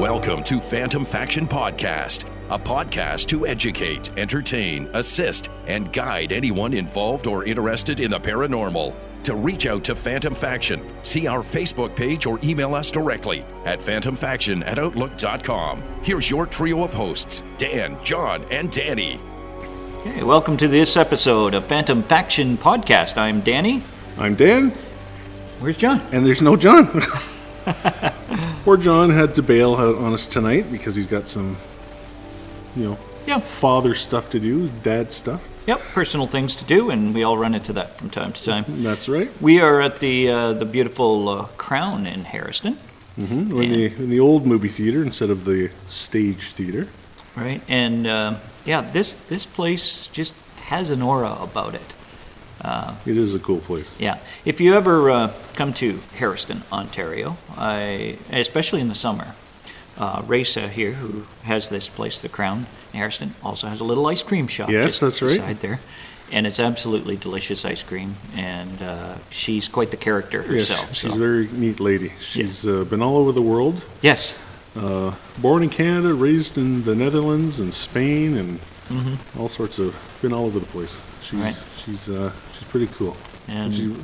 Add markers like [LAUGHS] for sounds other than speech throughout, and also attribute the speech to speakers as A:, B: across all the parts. A: Welcome to Phantom Faction Podcast, a podcast to educate, entertain, assist, and guide anyone involved or interested in the paranormal. To reach out to Phantom Faction, see our Facebook page or email us directly at phantomfaction at outlook.com. Here's your trio of hosts Dan, John, and Danny.
B: Okay, welcome to this episode of Phantom Faction Podcast. I'm Danny.
C: I'm Dan,
B: Where's John?
C: and there's no John. [LAUGHS] Poor John had to bail out on us tonight because he's got some, you know,
B: Yeah.
C: father stuff to do, dad stuff.
B: Yep, personal things to do, and we all run into that from time to time.
C: That's right.
B: We are at the uh, the beautiful uh, Crown in Harrison,
C: We're in, the, in the old movie theater instead of the stage theater.
B: right? And uh, yeah, this this place just has an aura about it.
C: It is a cool place.
B: Yeah. If you ever uh, come to Harriston, Ontario, I, especially in the summer, uh, Raisa here, who has this place, The Crown in Harriston, also has a little ice cream shop.
C: Yes,
B: just
C: that's right.
B: Beside there. And it's absolutely delicious ice cream, and uh, she's quite the character herself.
C: yes, she's
B: so-
C: a very neat lady. She's uh, been all over the world,
B: yes,
C: uh, born in Canada, raised in the Netherlands and Spain, and all sorts of been all over the place. She's
B: Mm-hmm. Right.
C: she's uh, she's pretty cool.
B: and
C: She's-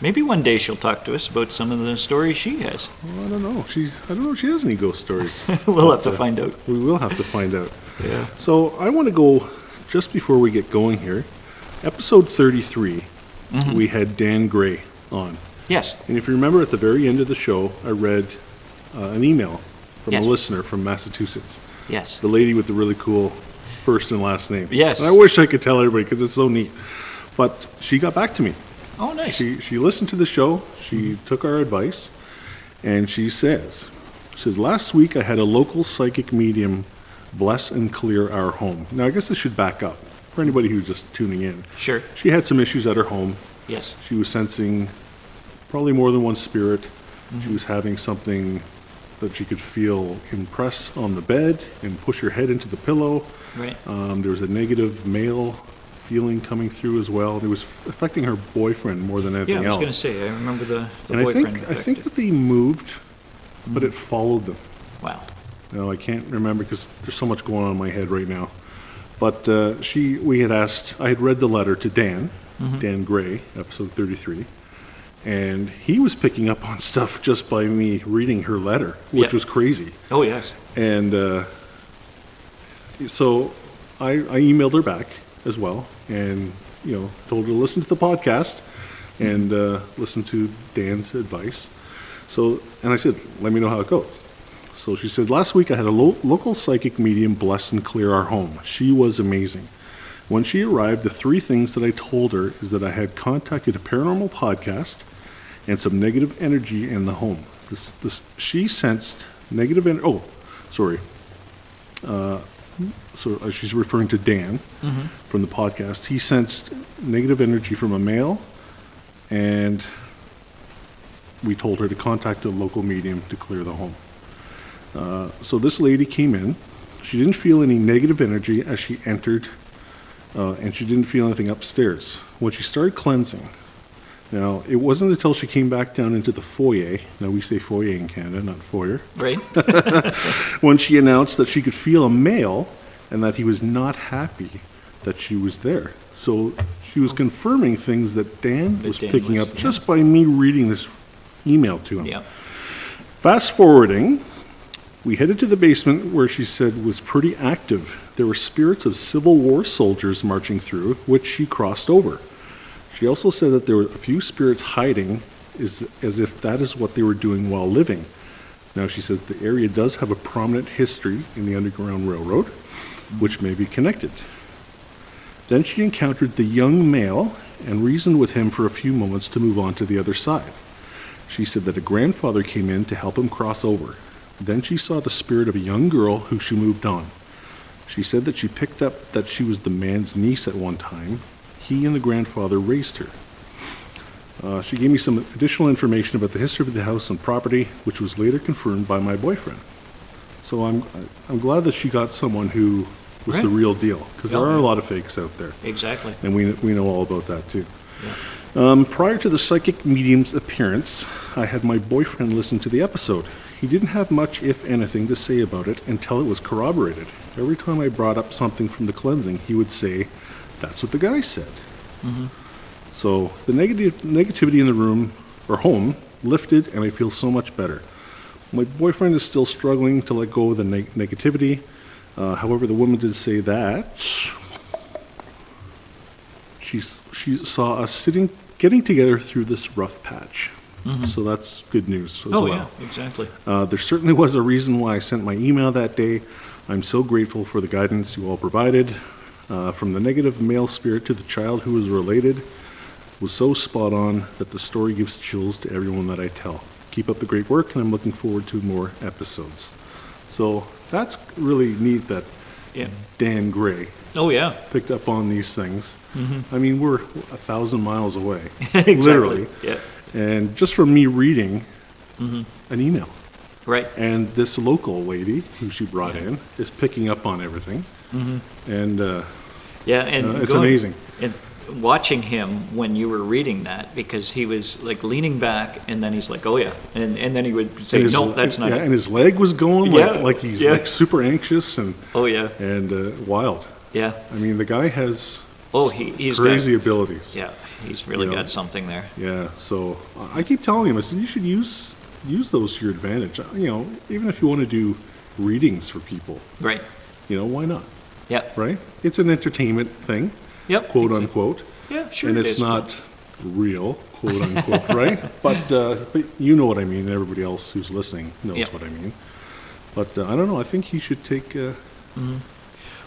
B: maybe one day she'll talk to us about some of the stories she has.
C: Well, I don't know. She's I don't know if she has any
B: [LAUGHS]
C: ghost stories.
B: we'll have
C: But,
B: to
C: uh,
B: find out.
C: We will have to find out.
B: Yeah.
C: So I want to go just before we get going here. Episode 33,
B: Mm-hmm.
C: we had Dan Gray on.
B: Yes.
C: And if you remember at the very end of the show, I read uh, an email from
B: Yes.
C: a listener from Massachusetts,
B: Yes.
C: the lady with the really cool first and last name.
B: Yes.
C: And I wish I could tell everybody because it's so neat. But she got back to me.
B: Oh, nice.
C: She she listened to the show. She took our advice, and she says, she says last week I had a local psychic medium bless and clear our home. Now I guess this should back up for anybody who's just tuning in.
B: Sure.
C: She had some issues at her home.
B: Yes.
C: She was sensing probably more than one spirit.
B: Mm-hmm.
C: She was having something that she could feel impress on the bed and push her head into the pillow.
B: Right.
C: Um, there was a negative male feeling coming through as well. It was f- affecting her boyfriend more than
B: Yeah, I
C: anything
B: was going to
C: else.
B: say. I remember the, the
C: and I
B: boyfriend.
C: think I
B: effect.
C: think that they moved, but it followed them.
B: wow.
C: Now I can't remember because there's so much going on in my head right now. But uh, she, we had asked. I had read the letter to Dan,
B: Mm-hmm.
C: Dan Gray, episode 33, and he was picking up on stuff just by me reading her letter, which
B: Yeah.
C: was crazy.
B: Oh yes.
C: And uh, so I, I emailed her back as well and, you know, told her to listen to the podcast and uh, listen to Dan's advice. So, and I said, let me know how it goes. So she said, last week I had a lo- local psychic medium bless and clear our home. She was amazing. When she arrived, the three things that I told her is that I had contacted a paranormal podcast and some negative energy in the home. This, this, she sensed negative energy. Oh, sorry. Uh, so uh, she's referring to Dan from the podcast. He sensed negative energy from a male, and we told her to contact a local medium to clear the home. Uh, so this lady came in. She didn't feel any negative energy as she entered, uh, and she didn't feel anything upstairs. When she started cleansing, now it wasn't until she came back down into the foyer. Now we say foyer in Canada, not foyer [LAUGHS]
B: Right.
C: when she announced that she could feel a male and that he was not happy that she was there. So she was confirming things that Dan was
B: Dan
C: picking
B: was-
C: up just by me reading this email to him.
B: yeah.
C: Fast forwarding, we headed to the basement where she said was pretty active. There were spirits of Civil War soldiers marching through, which she crossed over. She also said that there were a few spirits hiding is, as if that is what they were doing while living. Now, she says the area does have a prominent history in the Underground Railroad, which may be connected. Then she encountered the young male and reasoned with him for a few moments to move on to the other side. She said that a grandfather came in to help him cross over. Then she saw the spirit of a young girl who she moved on. She said that she picked up that she was the man's niece at one time. He and the grandfather raised her. Uh, she gave me some additional information about the history of the house and property, which was later confirmed by my boyfriend. So I'm I'm glad that she got someone who was the
B: Right.
C: real deal because there
B: Yeah.
C: are a lot of fakes out there
B: Exactly.
C: and we, we know all about that too. Um, prior to the psychic medium's appearance, I had my boyfriend listen to the episode. He didn't have much, if anything, to say about it until it was corroborated. Every time I brought up something from the cleansing, he would say, That's what the guy said. So the negative negativity in the room or home lifted, and I feel so much better. My boyfriend is still struggling to let go of the neg- negativity. Uh, however, the woman did say that she s- she saw us sitting getting together through this rough patch. So that's good news as
B: Mm-hmm. Oh,
C: well.
B: yeah, exactly.
C: Uh, there certainly was a reason why I sent my email that day. I'm so grateful for the guidance you all provided. Uh, from the negative male spirit to the child who is related was so spot on that the story gives chills to everyone that I tell. Keep up the great work, and I'm looking forward to more episodes. So that's really neat that
B: Yeah.
C: Dan Gray
B: Oh, yeah.
C: picked up on these things. I mean, we're a thousand miles away,
B: Exactly.
C: literally.
B: Yeah.
C: And just from me reading an email.
B: Right.
C: And this local lady who she brought in is picking up on everything.
B: Mm-hmm.
C: And uh,
B: Yeah, and
C: Uh, it's amazing.
B: And watching him when you were reading that, because he was like leaning back, and then he's like, "Oh yeah," and and then he would say,
C: and his-
B: "No, that's not."
C: yeah,
B: it."
C: and his leg was going like,
B: Yeah,
C: like he's
B: yeah.
C: like super anxious and
B: oh yeah,
C: and uh, wild.
B: yeah.
C: I mean, the guy has
B: Oh, he, he's got-
C: crazy abilities.
B: yeah, he's really
C: You know.
B: got something there.
C: Yeah, so I I keep telling him, I said, you should use use those to your advantage. Uh, You know, even if you want to do readings for people,
B: Right.
C: you know, why not?
B: Yeah.
C: Right? It's an entertainment thing,
B: Yep.
C: quote
B: Exa-
C: unquote,
B: Yeah, sure.
C: and
B: it
C: it's
B: is,
C: not real, quote unquote, [LAUGHS] right? But uh, but you know what I mean. and Everybody else who's listening knows
B: Yep.
C: what I mean. But uh, I don't know. I think he should take. Uh,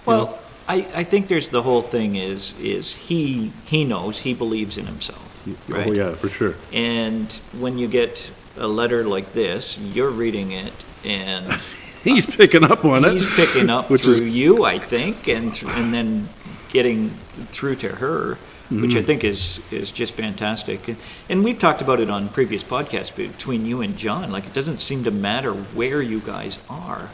B: Well, I, I think there's the whole thing is is he he knows he believes in himself, right?
C: Oh yeah,
B: [LAUGHS]
C: for sure.
B: And when you get a letter like this, you're reading it, and
C: He's [LAUGHS] picking up on it.
B: he's picking up
C: [LAUGHS] which
B: through
C: is
B: you, I think, and th- and then getting through to her, which I
C: Mm-hmm.
B: think is is just fantastic. And, and we've talked about it on previous podcasts between you and John. Like it doesn't seem to matter where you guys are,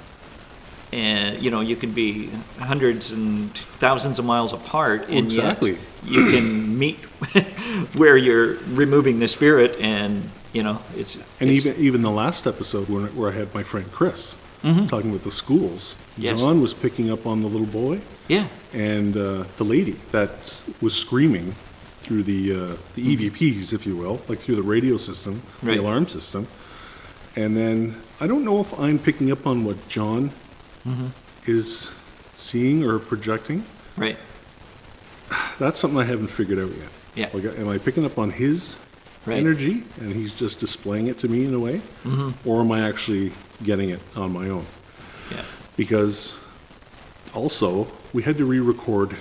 B: and you know you could be hundreds and thousands of miles apart, and
C: Exactly.
B: yet you
C: [CLEARS THROAT]
B: can meet [LAUGHS] where you're removing the spirit, and you know it's
C: And
B: it's-
C: even even the last episode when, where I had my friend Chris talking with the schools,
B: Mm-hmm. Yes.
C: John was picking up on the little boy
B: yeah
C: and uh, the lady that was screaming through the uh, the EVPs, if you will, like through the radio system,
B: Mm-hmm. Right.
C: the alarm system. And then I don't know if I'm picking up on what John
B: Mm-hmm.
C: is seeing or projecting.
B: right
C: That's something I haven't figured out yet.
B: Yeah.
C: Like, am I picking up on his
B: Right.
C: energy and he's just displaying it to me in a way?
B: Mm-hmm.
C: Or am I actually getting it on my own?
B: yeah
C: Because also, we had to re record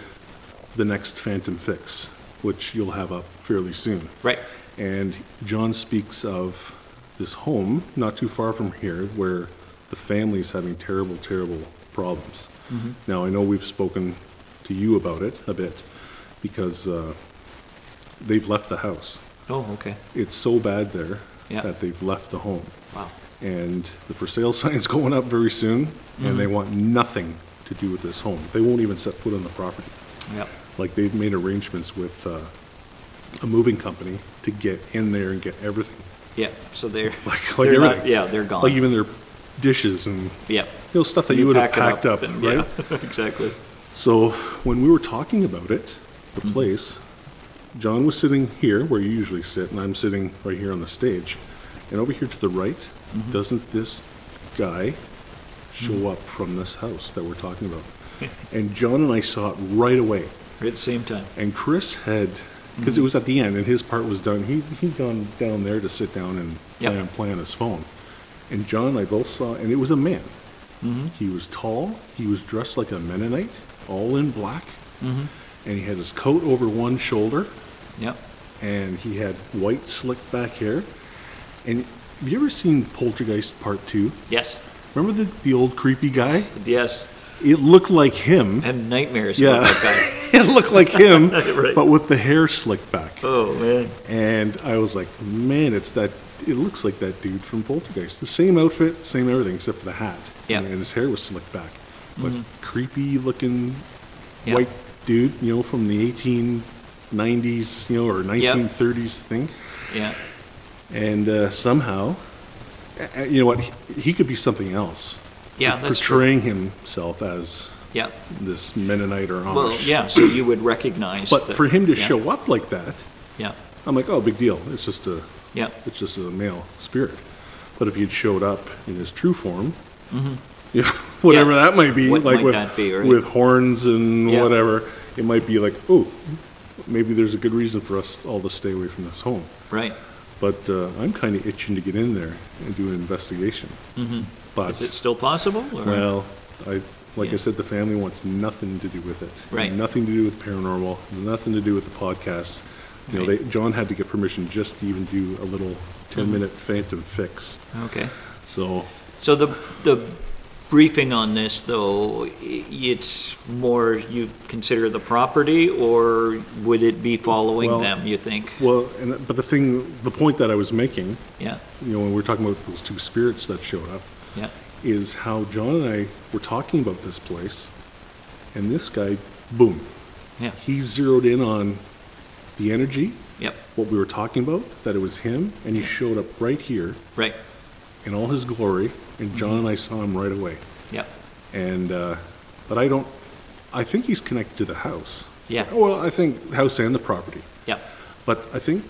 C: the next Phantom Fix, which you'll have up fairly soon.
B: right.
C: And John speaks of this home not too far from here where the family is having terrible, terrible problems. Now, I know we've spoken to you about it a bit because uh, they've left the house.
B: Oh okay
C: It's so bad there
B: Yeah.
C: that they've left the home.
B: wow.
C: And the for sale [LAUGHS] sign's going up very soon, and
B: Mm-hmm.
C: they want nothing to do with this home. They won't even set foot on the property.
B: Yep.
C: Like they've made arrangements with uh, a moving company to get in there and get everything.
B: Yeah. So they're
C: [LAUGHS] Like, like
B: they're not-
C: everything.
B: yeah, they're gone.
C: Like even their dishes and you
B: yep.
C: know stuff that you, would have packed up,
B: and-
C: right?
B: Yeah, [LAUGHS] exactly.
C: So when we were talking about it, the place, John was sitting here where you usually sit, and I'm sitting right here on the stage. And over here to the right, doesn't this guy show up from this house that we're talking about? [LAUGHS] and John and I saw it right away.
B: At the same time.
C: And Chris had, because it was at the end and his part was done, he, he'd gone down there to sit down and
B: Yep.
C: play, on, play on his phone. And John and I both saw, and it was a man. He was tall, he was dressed like a Mennonite, all in black, Mm-hmm. and he had his coat over one shoulder,
B: Yep.
C: and he had white slicked back hair. And have you ever seen Poltergeist Part 2?
B: Yes.
C: Remember the, the old creepy guy?
B: Yes.
C: It looked like him.
B: I have nightmares
C: Yeah.
B: about that guy.
C: [LAUGHS] it looked like [LAUGHS] him,
B: Right.
C: but with the hair slicked back.
B: Oh man.
C: and I was like, man, it's that. It looks like that dude from Poltergeist. The same outfit, same everything, except for the hat.
B: Yeah. Mm-hmm.
C: And, his hair was slicked back, but creepy looking
B: Yeah.
C: white dude, you know, from the 18 90s, you know, or 1930s thing.
B: Yeah.
C: And uh, somehow, uh, you know what? He, he could be something else.
B: Yeah, that's true.
C: portraying himself as
B: Yeah.
C: this Mennonite or Amish.
B: Well, yeah, so you would recognize.
C: Oh, But
B: that-
C: for him to
B: yeah,
C: show up like that,
B: Yeah,
C: I'm like, oh, big deal. It's just a,
B: yeah,
C: it's just a male spirit. But if he'd showed up in his true form, you know, [LAUGHS] whatever that might be,
B: Mm-hmm. What
C: like
B: might
C: with
B: that be, right?
C: with horns and
B: Yeah.
C: whatever, it might be like, oh, maybe there's a good reason for us all to stay away from this home.
B: right.
C: But uh, I'm kind of itching to get in there and do an investigation. But
B: Mm-hmm. Is it still possible? or-
C: Well, I, like I
B: Yeah.
C: said, the family wants nothing to do with it.
B: Right.
C: Nothing to do with paranormal, nothing to do with the podcast. You know,
B: Right. Mm-hmm.
C: they, John had to get permission just to even do a little 10 minute phantom fix.
B: Okay.
C: So,
B: So the, the briefing on this, though, i- it's more you consider the property, or would it be
C: Well-
B: following them, you think?
C: well, and, but the thing, the point that I was making,
B: Yeah,
C: you know, when we were talking about those two spirits that showed up,
B: yeah,
C: is how John and I were talking about this place, and this guy, boom,
B: yeah,
C: he zeroed in on the energy,
B: yep,
C: what we were talking about, that it was him, and he showed up right here.
B: right,
C: in all his glory, and John and I saw him right away.
B: yep,
C: And uh, but I don't. I think he's connected to the house.
B: Yeah.
C: Well, I think house and the property.
B: yep,
C: But I think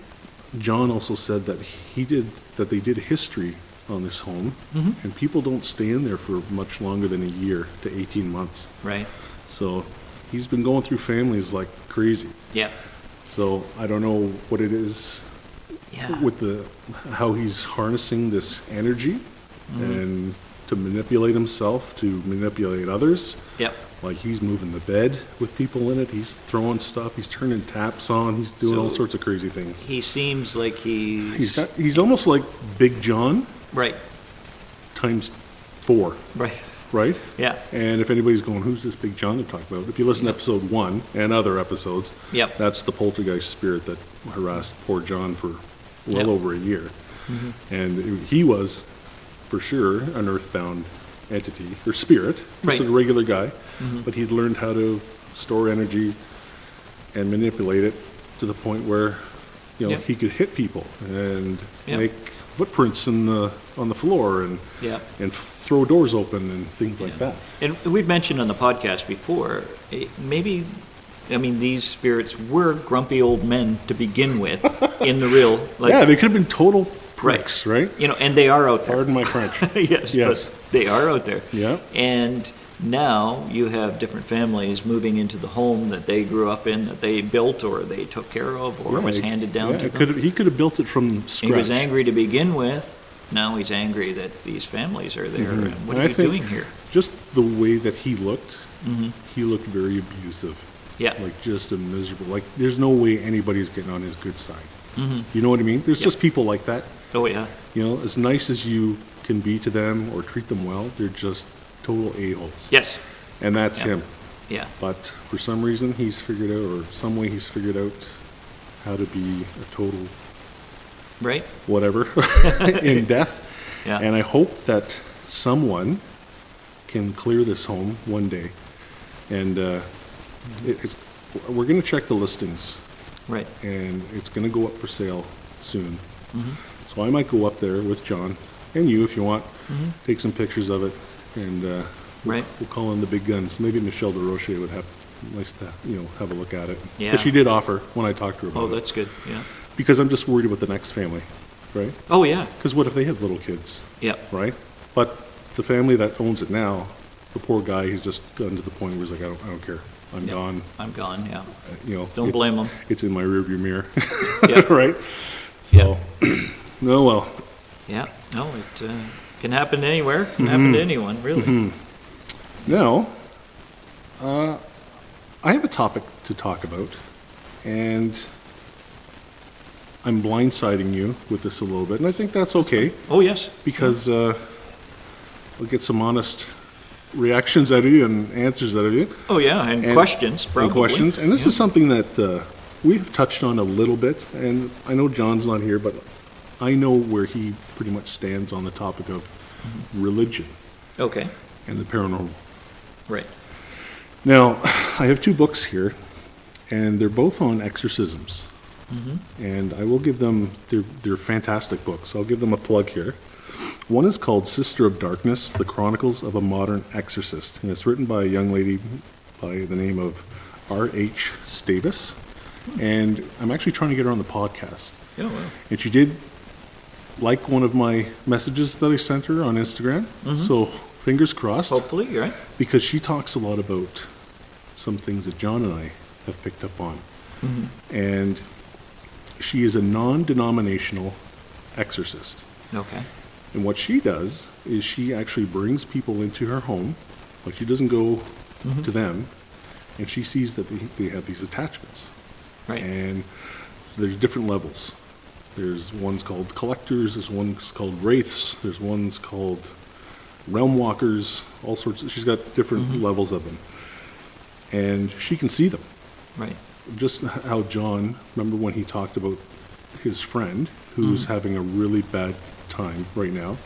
C: John also said that he did that they did history on this home, and people don't stay in there for much longer than a year to eighteen months.
B: right,
C: So he's been going through families like crazy.
B: yep,
C: So I don't know what it is
B: yeah,
C: with the how he's harnessing this energy
B: Mm-hmm.
C: and to manipulate himself to manipulate others
B: yep.
C: like he's moving the bed with people in it he's throwing stuff he's turning taps on he's doing all
B: So-
C: sorts of crazy things
B: He seems like he's.
C: he's got he's almost like big john
B: Right,
C: times four
B: right, [LAUGHS]
C: right
B: yeah,
C: and if anybody's going who's this big john to talk about if you listen to episode one and other episodes
B: Yep.
C: that's the poltergeist spirit that harassed poor john for
B: Yep.
C: well
B: Mm-hmm.
C: over a year and it- he was for sure an earthbound entity or spirit just
B: Right. Mm-hmm.
C: a regular guy but he'd learned how to store energy and manipulate it to the point where you know
B: Yep.
C: he could hit people and
B: Yep.
C: make footprints in the on the floor and
B: Yep.
C: and throw doors open and things like that
B: And we've mentioned on the podcast before, eh, maybe, I mean, these spirits were grumpy old men to begin with in the real,
C: [LAUGHS]
B: like,
C: yeah, they could have been total pricks, right?
B: you know, and they are out there.
C: Pardon my French.
B: [LAUGHS] yes,
C: Yes.
B: but they are out there.
C: Yeah.
B: And now you have different families moving into the home that they grew up in, that they built or they took care of or
C: Yeah,
B: was
C: it-
B: handed down
C: yeah,
B: to
C: it
B: them.
C: could have- he could have built it from scratch.
B: He was angry to begin with. Now he's angry that these families are there. And what
C: Mm-hmm. And
B: are
C: I
B: you
C: think
B: doing here?
C: Just the way that he looked,
B: Mm-hmm.
C: he looked very abusive.
B: Yeah.
C: Like just a miserable. Like there's no way anybody's getting on his good side. You know what I mean? There's
B: Mm-hmm. Yeah.
C: just people like that.
B: Oh, yeah.
C: You know, as nice as you can be to them or treat them well, they're just total a holes.
B: Yes.
C: And that's
B: Yeah.
C: him.
B: Yeah.
C: But for some reason, he's figured out, or some way, he's figured out how to be a total
B: Right?
C: whatever [LAUGHS] in death.
B: Yeah.
C: And I hope that someone can clear this home one day. And uh, it, it's, we're going to check the listings,
B: Right.
C: and it's going to go up for sale soon.
B: Mm-hmm.
C: So I might go up there with John and you if you want,
B: Mm-hmm.
C: take some pictures of it, and uh,
B: Right.
C: we'll call in the big guns. Maybe Michelle DeRocher would have nice to you know have a look at it.
B: Yeah.
C: But she did offer when I talked to her about
B: Oh,
C: it
B: that's good. Yeah.
C: because I'm just worried about the next family, right?
B: Oh, yeah.
C: Because what if they have little kids,
B: Yeah.
C: right? But the family that owns it now, the poor guy, he's just gotten to the point where he's like, I don't, I don't care. I'm
B: Yeah.
C: gone. uh,
B: I'm gone. Yeah.
C: You know,
B: Don't
C: it-
B: blame
C: [LAUGHS]
B: them.
C: It's in my rearview mirror, [LAUGHS]
B: Yeah.
C: right? So, [CLEARS THROAT] no, well,
B: yeah. No, it uh, can happen anywhere.
C: Mm-hmm.
B: Can happen to anyone, really.
C: now, uh, I have a topic to talk about, and I'm blindsiding you with this a little bit, and I think that's okay.
B: Oh, yes.
C: because uh, we'll get some honest reactions out of you and answers out of you
B: Oh, yeah. And,
C: And-
B: questions, probably.
C: and questions. And this is something that uh, we've touched on a little bit, and I know John's not here, but I know where he pretty much stands on the topic of religion
B: Okay.
C: and the paranormal.
B: Right.
C: [SIGHS] Now, I have two books here, and they're both on exorcisms. And I will give them, they're, they're fantastic books. I'll give them a plug here. One is called Sister of Darkness The Chronicles of a Modern Exorcist, and it's written by a young lady by the name of R.H. Stavis. And I'm actually trying to get her on the podcast.
B: Yeah, well,
C: And she did like one of my messages that I sent her on Instagram. So fingers crossed
B: hopefully, you're right.
C: because she talks a lot about some things that John and I have picked up on. And she is a non denominational exorcist.
B: Okay.
C: And what she does is she actually brings people into her home, but she doesn't go to them, and she sees that they, they have these attachments.
B: Right.
C: And there's different levels. There's ones called collectors, there's ones called wraiths, there's ones called realm walkers, all sorts. Of, she's got different levels of them. And she can see them
B: right.
C: just how John, remember when he talked about his friend who's having a really bad time right now?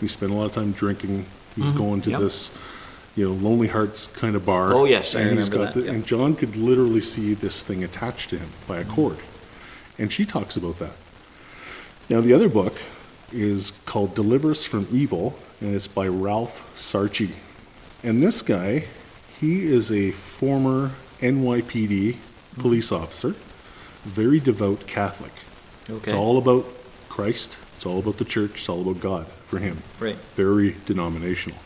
C: He spent a lot of time drinking. He's going to
B: yep.
C: this, you know, Lonely Hearts kind of bar.
B: Oh, yes, I
C: and
B: remember that,
C: the,
B: yep.
C: And John could literally see this thing attached to him by a cord. And she talks about that. Now, the other book is called Deliver Us from Evil, and it's by Ralph Sarchi. And this guy, he is a former NYPD
B: Mm-hmm.
C: police officer, very devout Catholic.
B: Okay.
C: It's all about Christ, it's all about the church, it's all about God for him.
B: Right.
C: Very denominational.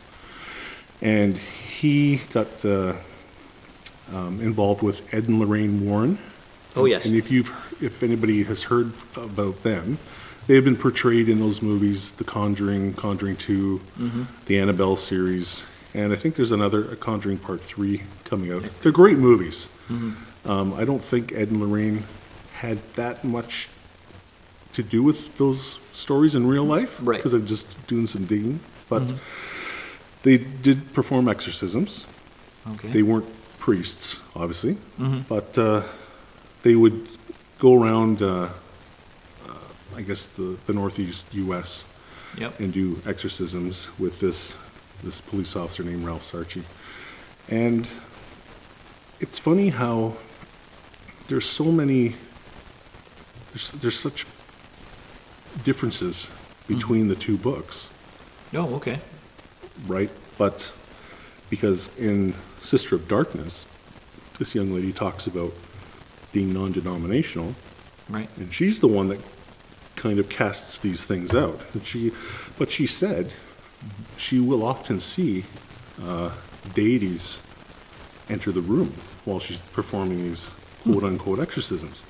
C: And he got uh, um, involved with Ed and Lorraine Warren.
B: Oh, yes.
C: And if you've, if anybody has heard about them, they've been portrayed in those movies, The Conjuring, Conjuring 2
B: Mm-hmm.
C: the Annabelle series, and I think there's another a Conjuring Part Three coming out. They're great movies.
B: Mm-hmm.
C: Um, I don't think Ed and Lorraine had that much to do with those stories in real life,
B: Right. Mm-hmm.
C: Because I'm just doing some digging, but they did perform exorcisms.
B: Okay.
C: They weren't priests, obviously, but uh, they would go around, uh, uh, I guess, the, the Northeast U.S.
B: yep.
C: and do exorcisms with this this police officer named Ralph Sarchi. And it's funny how there's so many there's there's such differences between the two books
B: Oh, okay.
C: right? But because in Sister of Darkness, this young lady talks about being non denominational,
B: Right.
C: and she's the one that kind of casts these things out. And she, but she said she will often see uh, deities enter the room while she's performing these quote unquote exorcisms.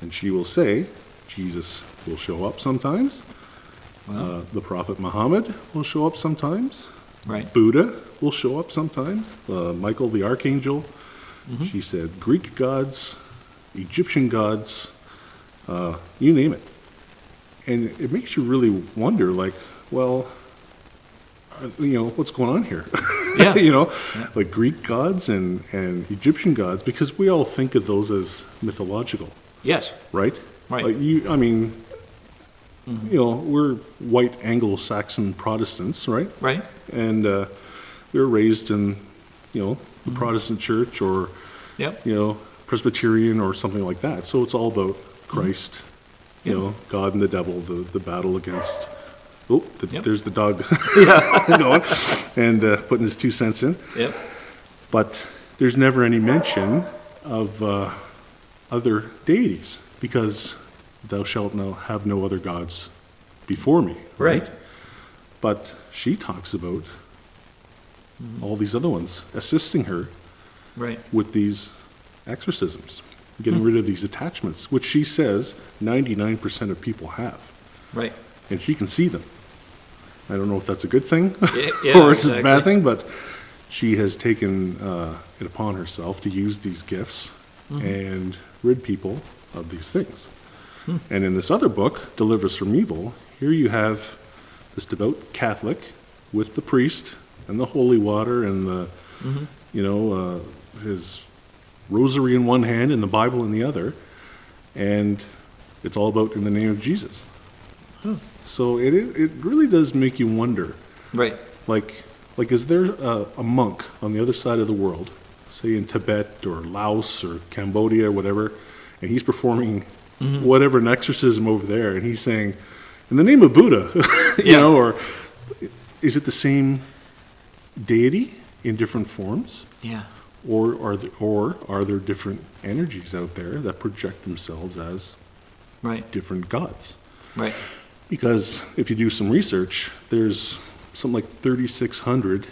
C: And she will say, Jesus will show up sometimes. Uh, the Prophet Muhammad will show up sometimes.
B: Right.
C: Buddha will show up sometimes. Uh, Michael the Archangel.
B: Mm-hmm.
C: She said Greek gods, Egyptian gods, uh, you name it. And it makes you really wonder, like, well, are, you know, what's going on here? [LAUGHS]
B: Yeah.
C: [LAUGHS] you know, like Greek gods and, and Egyptian gods, because we all think of those as mythological,
B: Yes.
C: right?
B: Right. Mm-hmm.
C: Like you, I mean, you know, we're white Anglo-Saxon Protestants, right?
B: Right.
C: and uh, we were raised in, you know, the
B: Mm-hmm.
C: Protestant church or,
B: Yep.
C: you know, Presbyterian or something like that. So it's all about Christ, you
B: Mm-hmm. Yeah.
C: know, God and the devil, the, the battle against. Oh, the,
B: Yep.
C: there's
B: [LAUGHS]
C: the dog [LAUGHS] going and uh, putting his two cents in.
B: Yep.
C: But there's never any mention of uh, other deities because thou shalt no, have no other gods before me.
B: Right.
C: But she talks about all these other ones assisting her
B: Right.
C: with these exorcisms, getting rid of these attachments, which she says 99% of people have,
B: Right.
C: and she can see them. I don't know if that's a good thing [LAUGHS]
B: Yeah, [LAUGHS] yeah,
C: or it's a bad
B: exactly.
C: thing, but she has taken uh, it upon herself to use these gifts
B: Mm-hmm.
C: and rid people of these things.
B: Hmm.
C: And in this other book, Delivers from Evil, here you have this devout Catholic with the priest and the holy water and the,
B: Mm-hmm.
C: you know, uh, his rosary in one hand and the Bible in the other. And it's all about in the name of Jesus.
B: Hmm.
C: So it, it really does make you wonder
B: Right.
C: like like is there a, a monk on the other side of the world say in Tibet or Laos or Cambodia, whatever, and he's performing whatever an exorcism over there, and he's saying, "In the name of Buddha," [LAUGHS] you
B: Yeah.
C: know, or is it the same deity in different forms?
B: Yeah.
C: or are there, or are there different energies out there that project themselves as
B: Right.
C: different gods?
B: Right.
C: Because if you do some research, there's something like 3,600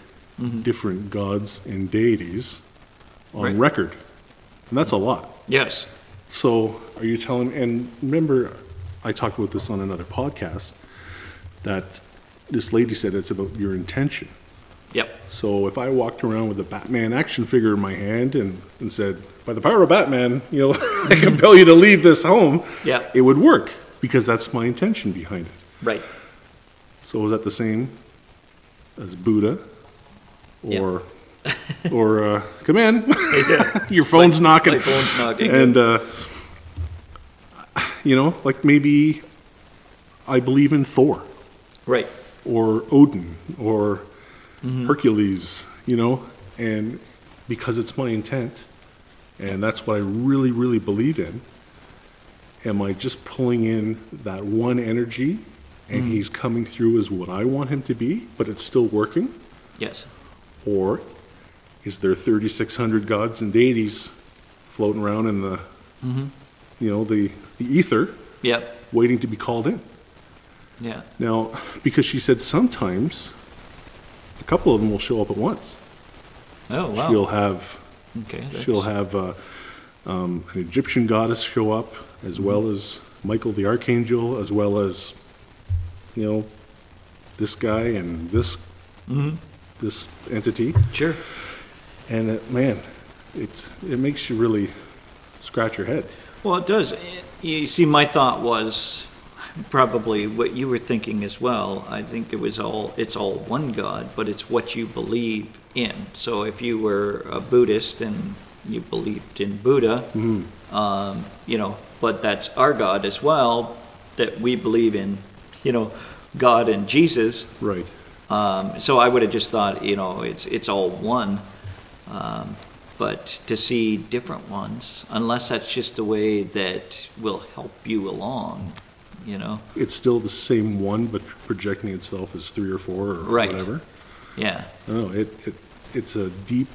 C: different gods and deities on
B: Mm-hmm. Right.
C: record, and that's a lot.
B: Yes.
C: So are you telling? And remember, I talked about this on another podcast that this lady said it's about your intention.
B: Yep.
C: So if I walked around with a Batman action figure in my hand and, and said, by the power of Batman, you know, [LAUGHS] I compel you to leave this home,
B: Yeah.
C: it would work because that's my intention behind it.
B: Right.
C: So is that the same as Buddha
B: Yeah.
C: or, or uh, come in, [LAUGHS] your phone's knocking.
B: My phone's knocking.
C: And, uh, you know, like maybe I believe in Thor
B: right.
C: or Odin or Hercules, you know, and because it's my intent and that's what I really, really believe in, am I just pulling in that one energy and he's coming through as what I want him to be, but it's still working?
B: Yes.
C: Or is there 3,600 gods and deities floating around in the, you know, the, the ether
B: Yep.
C: waiting to be called in?
B: Yeah.
C: Now, because she said sometimes a couple of them will show up at once.
B: Oh wow.
C: She'll have
B: okay. That's,
C: she'll have uh, um, an Egyptian goddess show up, as
B: Mm-hmm.
C: well as Michael the Archangel, as well as you know this guy and this
B: Mm-hmm.
C: this entity.
B: sure.
C: And it, man, it it makes you really scratch your head.
B: Well, it does. Eh, You see, my thought was probably what you were thinking as well. I think it was all, it's all one God, but it's what you believe in. So if you were a Buddhist and you believed in Buddha,
C: Mm-hmm.
B: um, you know, but that's our God as well, that we believe in, you know, God and Jesus.
C: Right.
B: Um, so I would have just thought, you know, it's it's all one. Um, but to see different ones, unless that's just a way that will help you along, you know,
C: It's still the same one, but projecting itself as three or four or
B: Right.
C: whatever.
B: yeah,
C: No, it, it it's a deep,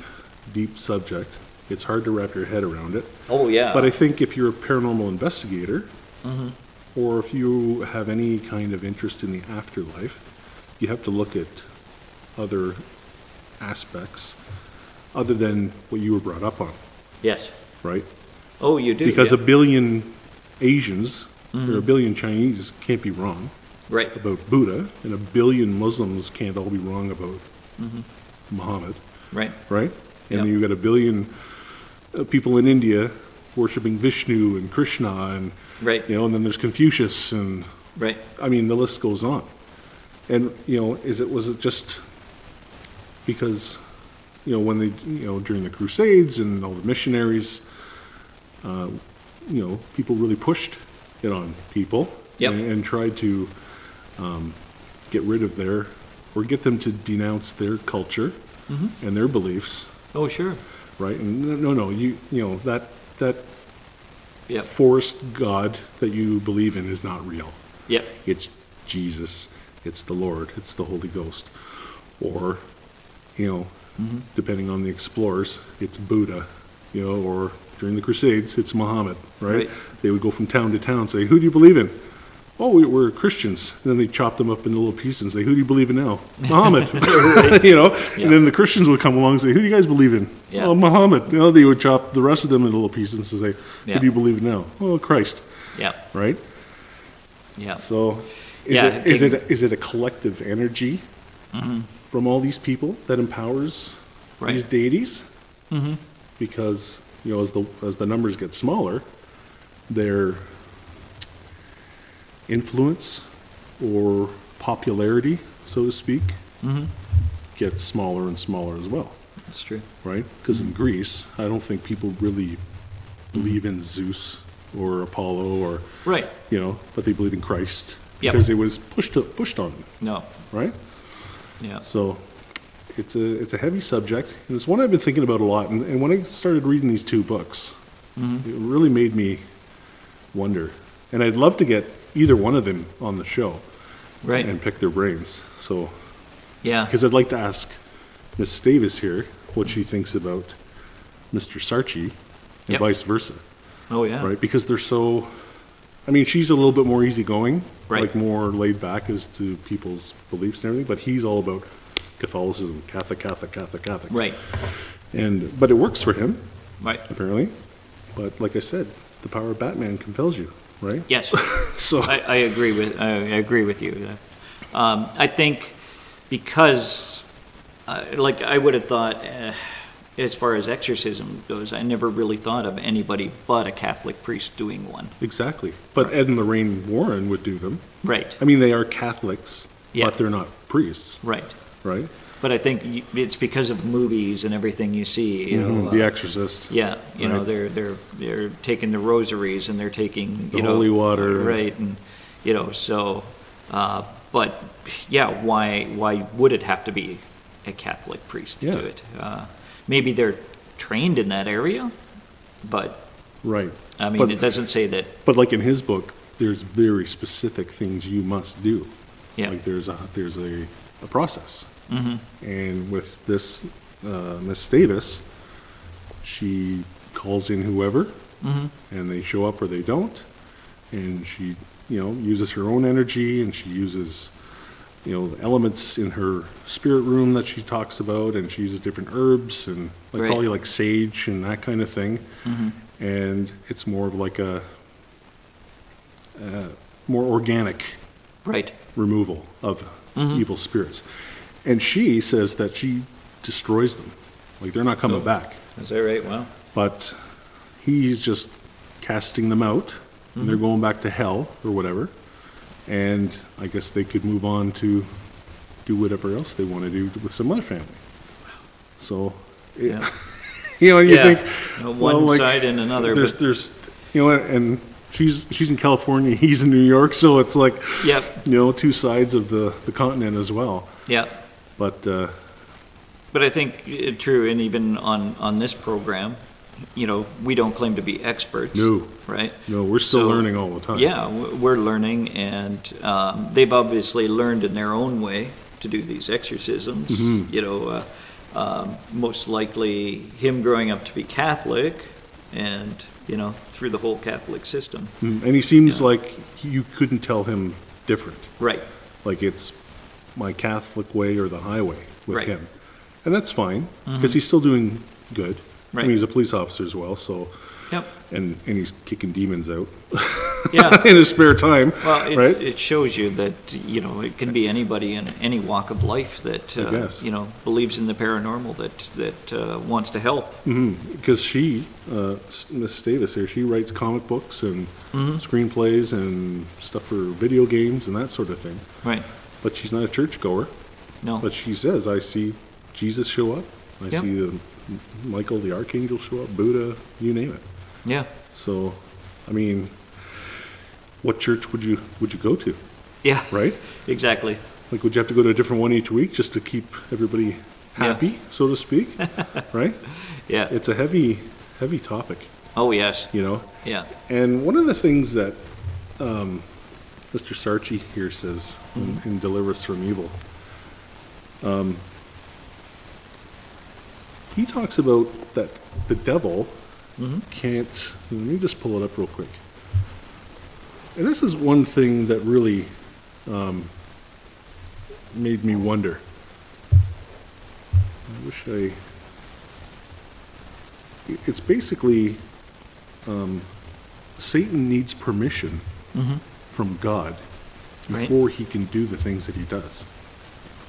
C: deep subject. It's hard to wrap your head around it.
B: oh yeah,
C: But I think if you're a paranormal investigator, or if you have any kind of interest in the afterlife, you have to look at other aspects other than what you were brought up on,
B: yes,
C: right?
B: oh you do
C: Because
B: yeah.
C: a billion Asians or a billion Chinese can't be wrong
B: right,
C: about Buddha, and a billion Muslims can't all be wrong about Muhammad
B: right,
C: right? And
B: Yep.
C: you've got a billion uh, people in India worshiping Vishnu and Krishna, and
B: Right.
C: you know, and then there's Confucius, and
B: right,
C: I mean, the list goes on. And you know, is it was it just because you know when they you know during the Crusades and all the missionaries, uh, you know, people really pushed it on people
B: Yep.
C: and, and tried to um, get rid of their or get them to denounce their culture and their beliefs
B: oh sure,
C: right? And no, no, no, you you know that that
B: yep,
C: forest god that you believe in is not real.
B: yep,
C: It's Jesus. It's the Lord. It's the Holy Ghost, or you know,
B: Mm-hmm.
C: depending on the explorers, it's Buddha. You know, or during the Crusades, it's Muhammad. Right?
B: Right.
C: They would go from town to town, and say, "Who do you believe in?" Oh, we, we're Christians. And then they chop them up into little pieces and say, "Who do you believe
B: [LAUGHS]
C: in now?" Muhammad. [LAUGHS] you know,
B: Yeah.
C: and then the Christians would come along and say, "Who do you guys believe in?"
B: Yeah.
C: Oh, Muhammad. You know, they would chop the rest of them into little pieces and say, "Who
B: Yeah.
C: do you believe in now?" Oh, Christ.
B: yep,
C: Right.
B: yep,
C: So, is
B: Yeah,
C: it is
B: it-
C: it is it a collective energy from all these people that empowers these
B: right,
C: deities? Mm-hmm. Because you know, as the as the numbers get smaller, their influence or popularity, so to speak,
B: Mm-hmm.
C: gets smaller and smaller as well,
B: that's true,
C: right? Because
B: Mm-hmm.
C: in Greece, I don't think people really believe in Zeus or Apollo or
B: right,
C: you know, but they believe in Christ
B: Yep.
C: because it was pushed pushed on them,
B: no,
C: right?
B: yeah,
C: So It's a it's a heavy subject, and it's one I've been thinking about a lot. And, and when I started reading these two books,
B: Mm-hmm.
C: it really made me wonder. And I'd love to get either one of them on the show
B: Right.
C: and pick their brains. So
B: Yeah.
C: because I'd like to ask Miss Davis here what she thinks about Mr. Sarchi and
B: Yep.
C: vice versa,
B: Oh, yeah.
C: right? Because they're so. I mean, she's a little bit more easygoing,
B: Right.
C: like more laid back as to people's beliefs and everything, but he's all about Catholicism, Catholic, Catholic, Catholic, Catholic.
B: Right.
C: And but it works for him
B: Right.
C: apparently. But like I said, the power of Batman compels you, right? [LAUGHS]
B: Yes.
C: So
B: I, I agree with I agree with you. Um, I think because, uh, like, I would have thought, uh, as far as exorcism goes, I never really thought of anybody but a Catholic priest doing one.
C: exactly. But Ed and Lorraine Warren would do them.
B: Right.
C: I mean, they are Catholics,
B: Yeah.
C: but they're not priests,
B: Right.
C: right?
B: But I think y- it's because of movies and everything you see. You know,
C: Mm-hmm. the
B: uh,
C: Exorcist.
B: yeah, you know
C: Right.
B: they're they're they're taking the rosaries and they're taking
C: The
B: you know,
C: holy water.
B: right and you know so, uh, but yeah, why why would it have to be a Catholic priest to
C: Yeah.
B: do it? Uh, maybe they're trained in that area, but
C: Right.
B: I mean
C: But-
B: it doesn't say that.
C: But like in his book, there's very specific things you must do.
B: Yeah,
C: Like there's a there's a, a process. Mm-hmm. And with this uh, Miss Davis, she calls in whoever,
B: Mm-hmm.
C: and they show up or they don't, and she you know uses her own energy and she uses you know the elements in her spirit room that she talks about, and she uses different herbs and like
B: Right. Mm-hmm.
C: probably like sage and that kind of thing. And it's more of like a uh, more organic
B: right,
C: removal of evil spirits. And she says that she destroys them. Like they're not coming back.
B: is that right?
C: [LAUGHS]
B: Wow,
C: But he's just casting them out and they're going back to hell or whatever. And I guess they could move on to do whatever else they want to do with some other family. So, [LAUGHS] it-
B: Yeah.
C: you know, you
B: Yeah.
C: think
B: You know,
C: well,
B: one
C: like,
B: side and another,
C: There's,
B: but-
C: there's, you know, and she's she's in California, [LAUGHS] he's in New York, so it's like
B: yep,
C: you know, two sides of the, the continent as well.
B: yep.
C: But uh,
B: But I think uh, true, and even on on this program, you know, we don't claim to be experts.
C: No.
B: right?
C: no, we're still
B: So,
C: learning all the time.
B: Yeah, w- we're learning, and um, they've obviously learned in their own way to do these exorcisms.
C: Mm-hmm.
B: You know, uh, um, most likely him growing up to be Catholic, and you know, through the whole Catholic system.
C: Mm, and he seems like you couldn't tell him different.
B: Right.
C: Like it's my Catholic way or the highway with
B: Right. Mm-hmm.
C: him, and that's fine because he's still doing good. I
B: Right.
C: mean, he's a police officer as well, so
B: Yep.
C: and and he's kicking demons out
B: Yeah.
C: [LAUGHS] in his spare time,
B: Well, it,
C: right?
B: it shows you that you know it can be anybody in any walk of life that
C: I
B: uh,
C: guess.
B: you know believes in the paranormal that that uh, wants to help.
C: Because she, uh, S- Miss Davis here, she writes comic books and screenplays and stuff for video games and that sort of thing.
B: Right?
C: But she's not a churchgoer.
B: No.
C: But she says, I see Jesus show up. I
B: Yeah.
C: see the, Michael the Archangel show up, Buddha, you name it.
B: yeah.
C: So, I mean, what church would you would you go to,
B: Yeah.
C: right?
B: [LAUGHS] Exactly.
C: Like, would you have to go to a different one each week just to keep everybody happy, so to speak, right?
B: Yeah.
C: It's a heavy, heavy topic,
B: oh yes.
C: you know.
B: Yeah.
C: And one of the things that um, Mr. Sarchi here says in, in Deliver Us from Evil, um, he talks about that the devil can't. Let me just pull it up real quick. And this is one thing that really um, made me wonder. I wish I. it- It's basically um, Satan needs permission from God
B: Right.
C: before he can do the things that he does.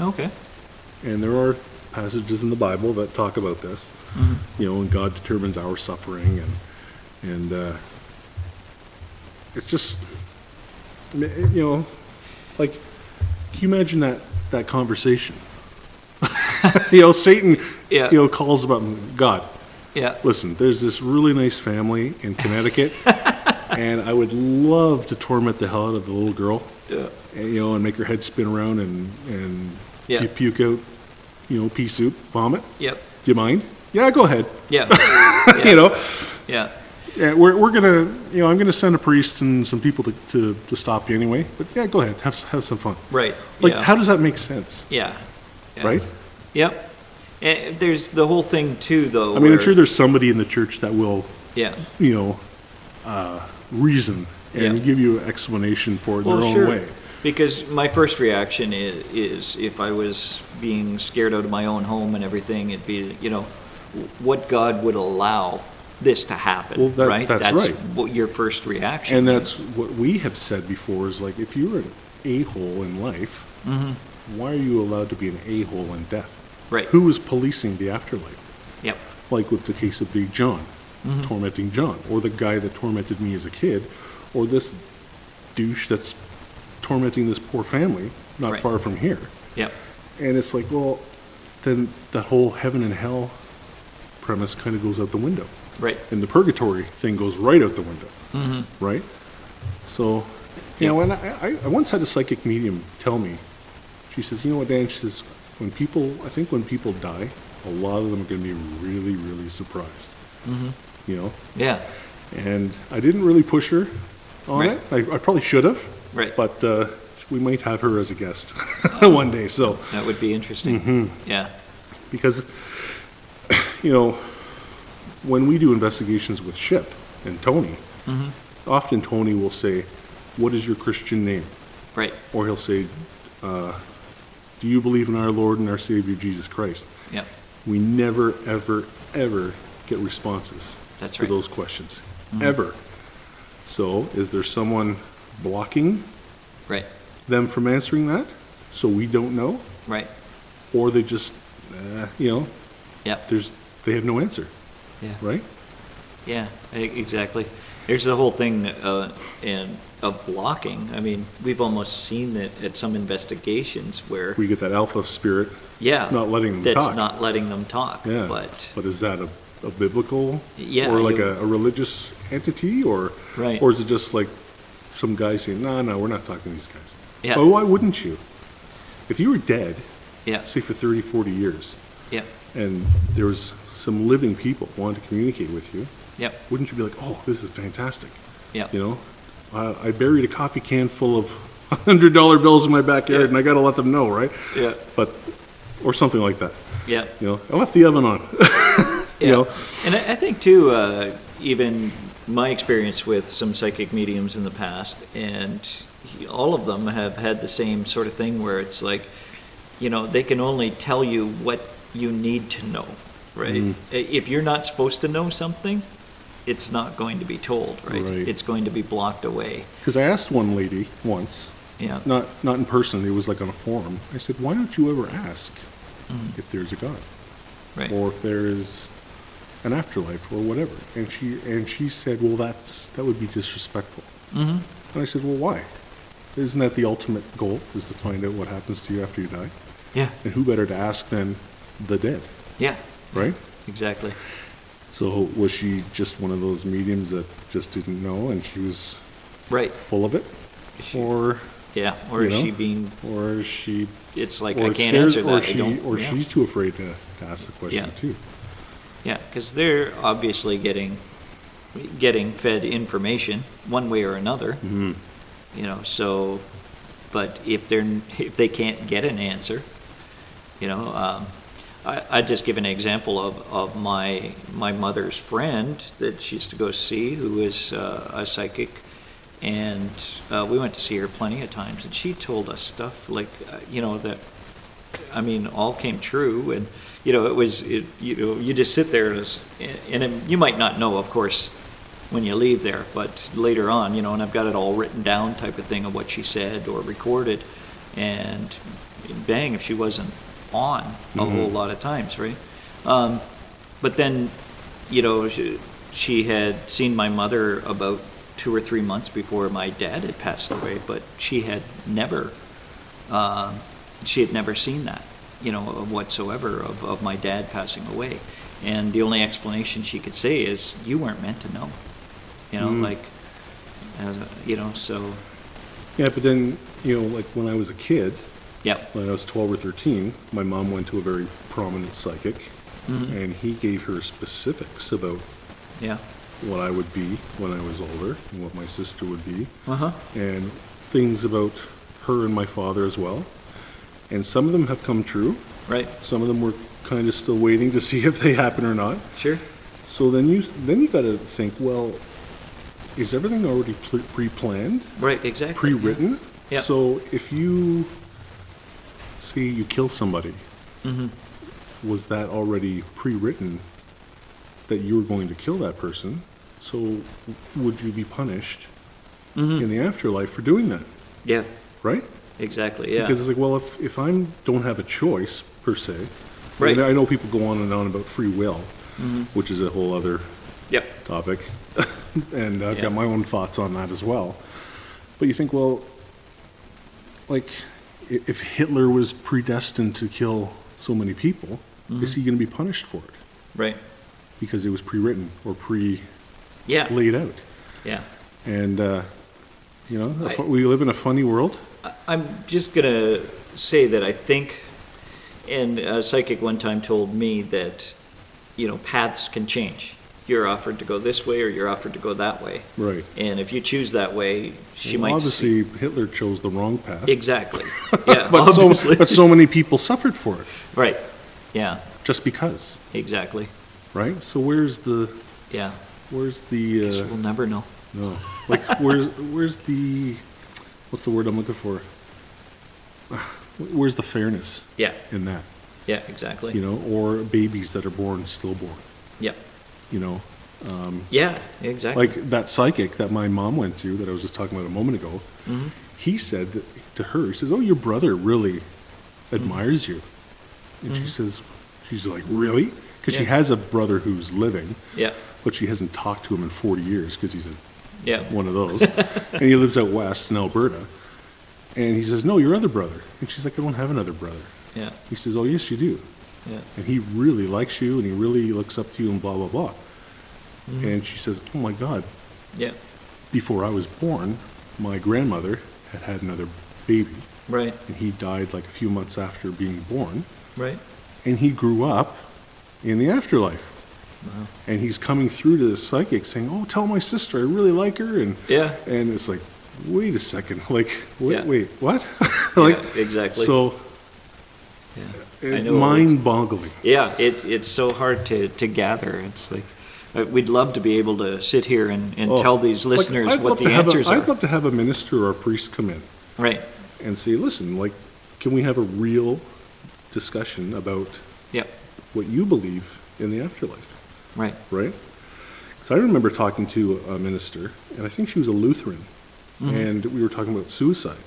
B: Okay.
C: And there are passages in the Bible that talk about this. You know, and God determines our suffering, and and uh, it's just I mean, it- you know, like, can you imagine that that conversation? [LAUGHS] you know, Satan,
B: Yeah.
C: you know, calls about God.
B: Yeah.
C: Listen, there's this really nice family in Connecticut, and I would love to torment the hell out of the little girl,
B: Yeah.
C: and, you know, and make her head spin around and and
B: Yeah.
C: pu- puke out you know, pea soup, vomit.
B: Yep.
C: Do you mind? Yeah, go ahead. [LAUGHS]
B: Yeah.
C: You know,
B: yeah.
C: yeah, we're, we're gonna, you know, I'm gonna send a priest and some people to, to, to stop you anyway. But yeah, go ahead, have s- have some fun.
B: Right.
C: Like,
B: yeah.
C: how does that make sense,
B: yeah. Yeah.
C: right?
B: Yep. And there's the whole thing too, though.
C: I mean, I'm
B: where-
C: sure there's somebody in the church that will,
B: Yeah.
C: you know, uh, reason and
B: Yeah.
C: give you an explanation for it their own way.
B: Because my first reaction is, is if I was being scared out of my own home and everything, it'd be, you know, what God would allow this to happen,
C: Well, that-
B: right?
C: that's right.
B: what your first reaction.
C: And that's what we have said before is like, if you're an a hole in life, why are you allowed to be an a hole in death?
B: Right.
C: Who is policing the afterlife?
B: Yep.
C: like with the case of Big John, tormenting John, or the guy that tormented me as a kid, or this douche that's tormenting this poor family not
B: Right.
C: far from here.
B: Yep.
C: And it's like, well, then that whole heaven and hell premise kind of goes out the window.
B: Right.
C: And the purgatory thing goes right out the window.
B: Mm-hmm.
C: Right? So, you know, and I, I, I once had a psychic medium tell me, she says, you know what, Dan? She says, when people, I think when people die, a lot of them are going to be really, really surprised.
B: Mm-hmm.
C: You know?
B: Yeah.
C: And I didn't really push her on
B: Right.
C: it. I, I probably should have.
B: Right. Oh.
C: But uh, we might have her as a guest [LAUGHS] one day. So,
B: That would be interesting.
C: Mm-hmm.
B: Yeah.
C: because [CLEARS THROAT] you know when we do investigations with Ship and Tony,
B: Mm-hmm.
C: often Tony will say, "What is your Christian name?"
B: Right.
C: or he'll say, uh, "Do you believe in our Lord and our Savior Jesus Christ?"
B: Yep.
C: We never, ever, ever get responses
B: That's
C: to
B: right. Mm-hmm.
C: those questions ever. So, is there someone blocking
B: Right.
C: them from answering that? So we don't know,
B: Right.
C: or they just, uh, you know,
B: Yep.
C: there's they have no answer,
B: Yeah.
C: right?
B: Yeah, e- exactly. There's the whole thing uh, in, of blocking. I mean, we've almost seen it at some investigations where,
C: We get that alpha spirit.
B: yeah,
C: not letting them
B: that's
C: talk.
B: not letting them talk.
C: Yeah.
B: But
C: is that a, a biblical
B: Yeah,
C: or like
B: you-
C: a, a religious entity or
B: Right.
C: or is it just like some guy saying, No, no, we're not talking to these guys.
B: Yeah.
C: Well, why wouldn't you? If you were dead,
B: yeah,
C: say for 30, 40 years,
B: yeah,
C: and there was some living people wanting to communicate with you,
B: yep,
C: wouldn't you be like, Oh, this is fantastic?
B: yep,
C: You know? I, I buried a coffee can full of [LAUGHS] hundred dollar bills in my backyard
B: Yeah.
C: and I gotta let them know, right?
B: Yeah.
C: But or something like that.
B: yep.
C: You know, I left the oven on. [LAUGHS] you
B: Yeah.
C: know?
B: And I, I think too, uh, even my experience with some psychic mediums in the past, and he- all of them have had the same sort of thing where it's like, you know, they can only tell you what you need to know, right?
C: Mm-hmm.
B: I- If you're not supposed to know something, it's not going to be told, right?
C: Right.
B: It's going to be blocked away.
C: Because I asked one lady once,
B: Yeah.
C: not not in person, it was like on a forum. I said, "Why don't you ever ask if there's a God
B: Mm. Right.
C: or if there is an afterlife or whatever?" And she and she said, "Well, that's that would be disrespectful." Mm-hmm. And I said, "Well, why? Isn't that the ultimate goal? Is to find out what happens to you after you die?
B: Yeah.
C: And who better to ask than the dead,
B: Yeah.
C: right?"
B: Exactly.
C: So was she just one of those mediums that just didn't know, and she was
B: Right.
C: full of it,
B: She-
C: or
B: Yeah. Or
C: You
B: is
C: know?
B: she being?
C: or is she
B: It's like
C: or
B: I
C: it's
B: can't
C: scared,
B: answer that.
C: Or,
B: I
C: she,
B: don't-
C: or
B: yeah.
C: she's too afraid to, to ask the question
B: Yeah.
C: too.
B: Yeah, because they're obviously getting getting fed information one way or another. You know, so but if they're if they can't get an answer, you know, um, I, I just give an example of, of my my mother's friend that she used to go see, who is uh, a psychic, and uh, we went to see her plenty of times, and she told us stuff like, uh, you know, that I mean, all came true, and you know, it was it. You know, you just sit there, and, it's, and it, you might not know, of course, when you leave there, but later on, you know, and I've got it all written down, type of thing, of what she said or recorded, and bang, if she wasn't on a whole lot of times, right? Um, but then, you know, she, she had seen my mother about two or three months before my dad had passed away, but she had never um, she had never seen that, you know, whatsoever of, of my dad passing away. And the only explanation she could say is, you weren't meant to know. You
C: Mm.
B: know, like, as a, you know, so,
C: Yeah, but then you know, like when I was a kid,
B: Yep.
C: When I was 12 or 13, my mom went to a very prominent psychic,
B: Mm-hmm.
C: and he gave her specifics about
B: Yeah.
C: what I would be when I was older and what my sister would be,
B: Uh huh.
C: and things about her and my father as well. And some of them have come true.
B: Right.
C: Some of them were kind of still waiting to [LAUGHS] see if they happen or not.
B: Sure.
C: So then you then you got to think, well, is everything already pl- pre-planned,
B: Right. Exactly.
C: pre-written?
B: Yeah.
C: So if you say you kill somebody,
B: Mm-hmm.
C: was that already pre-written that you were going to kill that person? So w- would you be punished
B: Mm-hmm.
C: in the afterlife for doing that?
B: Yeah.
C: Right?
B: Exactly. Yeah.
C: Because it's like, well, if if I don't have a choice per se, I mean,
B: Right. Mm-hmm.
C: I know people go on and on about free will, which is a whole other
B: Yep.
C: topic, [LAUGHS] and I've
B: Yeah.
C: got my own thoughts on that as well. But you think, well, like, i- if Hitler was predestined to kill so many people, is
B: Mm-hmm.
C: he going to be punished for it
B: Right.
C: because it was pre-written or pre-laid
B: Yeah.
C: out?
B: Yeah.
C: And uh, you know, a
B: I-
C: fu- we live in a funny world.
B: I- I'm just going to say that I think, and a psychic one time told me that, you know, paths can change. You're offered to go this way or you're offered to go that way.
C: Right.
B: And if you choose that way, she
C: Well,
B: might see.
C: obviously Hitler chose the wrong path. [LAUGHS]
B: Exactly. Yeah,
C: but so,
B: obviously.
C: but so many people suffered for it
B: right. Yeah,
C: just because,
B: exactly.
C: right? So where's the
B: Yeah.
C: where's
B: Guess
C: the uh,
B: we'll never know.
C: no like where's where's the what's the word I'm looking for? Where's the fairness
B: Yeah,
C: in that?
B: yeah, exactly.
C: You know, or babies that are born stillborn.
B: Yep.
C: You know,
B: Yeah, exactly.
C: like that psychic that my mom went to that I was just talking about a moment ago. He said that, to her, he says, "Oh, your brother really admires you," and she says, "She's like really." Because she
B: Yeah.
C: has a brother who's living,
B: yeah,
C: but she hasn't talked to him in 40 years because he's a,
B: yeah,
C: one of those. [LAUGHS] and he lives out west in Alberta. And he says, No, your other brother. And she's like, I don't have another brother.
B: yeah,
C: He says, Oh, yes, you do.
B: yeah,
C: And he really likes you and he really looks up to you and blah, blah, blah. And she says, Oh my God,
B: yeah.
C: before I was born, my grandmother had had another baby.
B: Right,
C: And he died like a few months after being born.
B: right.
C: And he grew up in the afterlife. And he's coming through to this psychic saying, Oh, tell my sister I really like her. And
B: Yeah.
C: and it's like, wait a second, [LAUGHS] like, wait,
B: Yeah.
C: wait what? [LAUGHS] like,
B: yeah, exactly.
C: so
B: yeah. I know it works.
C: mind-boggling.
B: Yeah, it, it's so hard to, to gather. It's like, uh, we'd love to be able to sit here and, and
C: Oh.
B: tell these
C: Like,
B: listeners
C: I'd
B: what
C: love
B: the
C: to have a-
B: answers
C: I'd
B: are.
C: love to have a minister or a priest come in
B: Right,
C: and say, listen, like, can we have a real discussion about
B: yep,
C: what you believe in the afterlife,
B: right,
C: right? Because I remember talking to a minister, and I think she was a Lutheran, and we were talking about suicide. You know,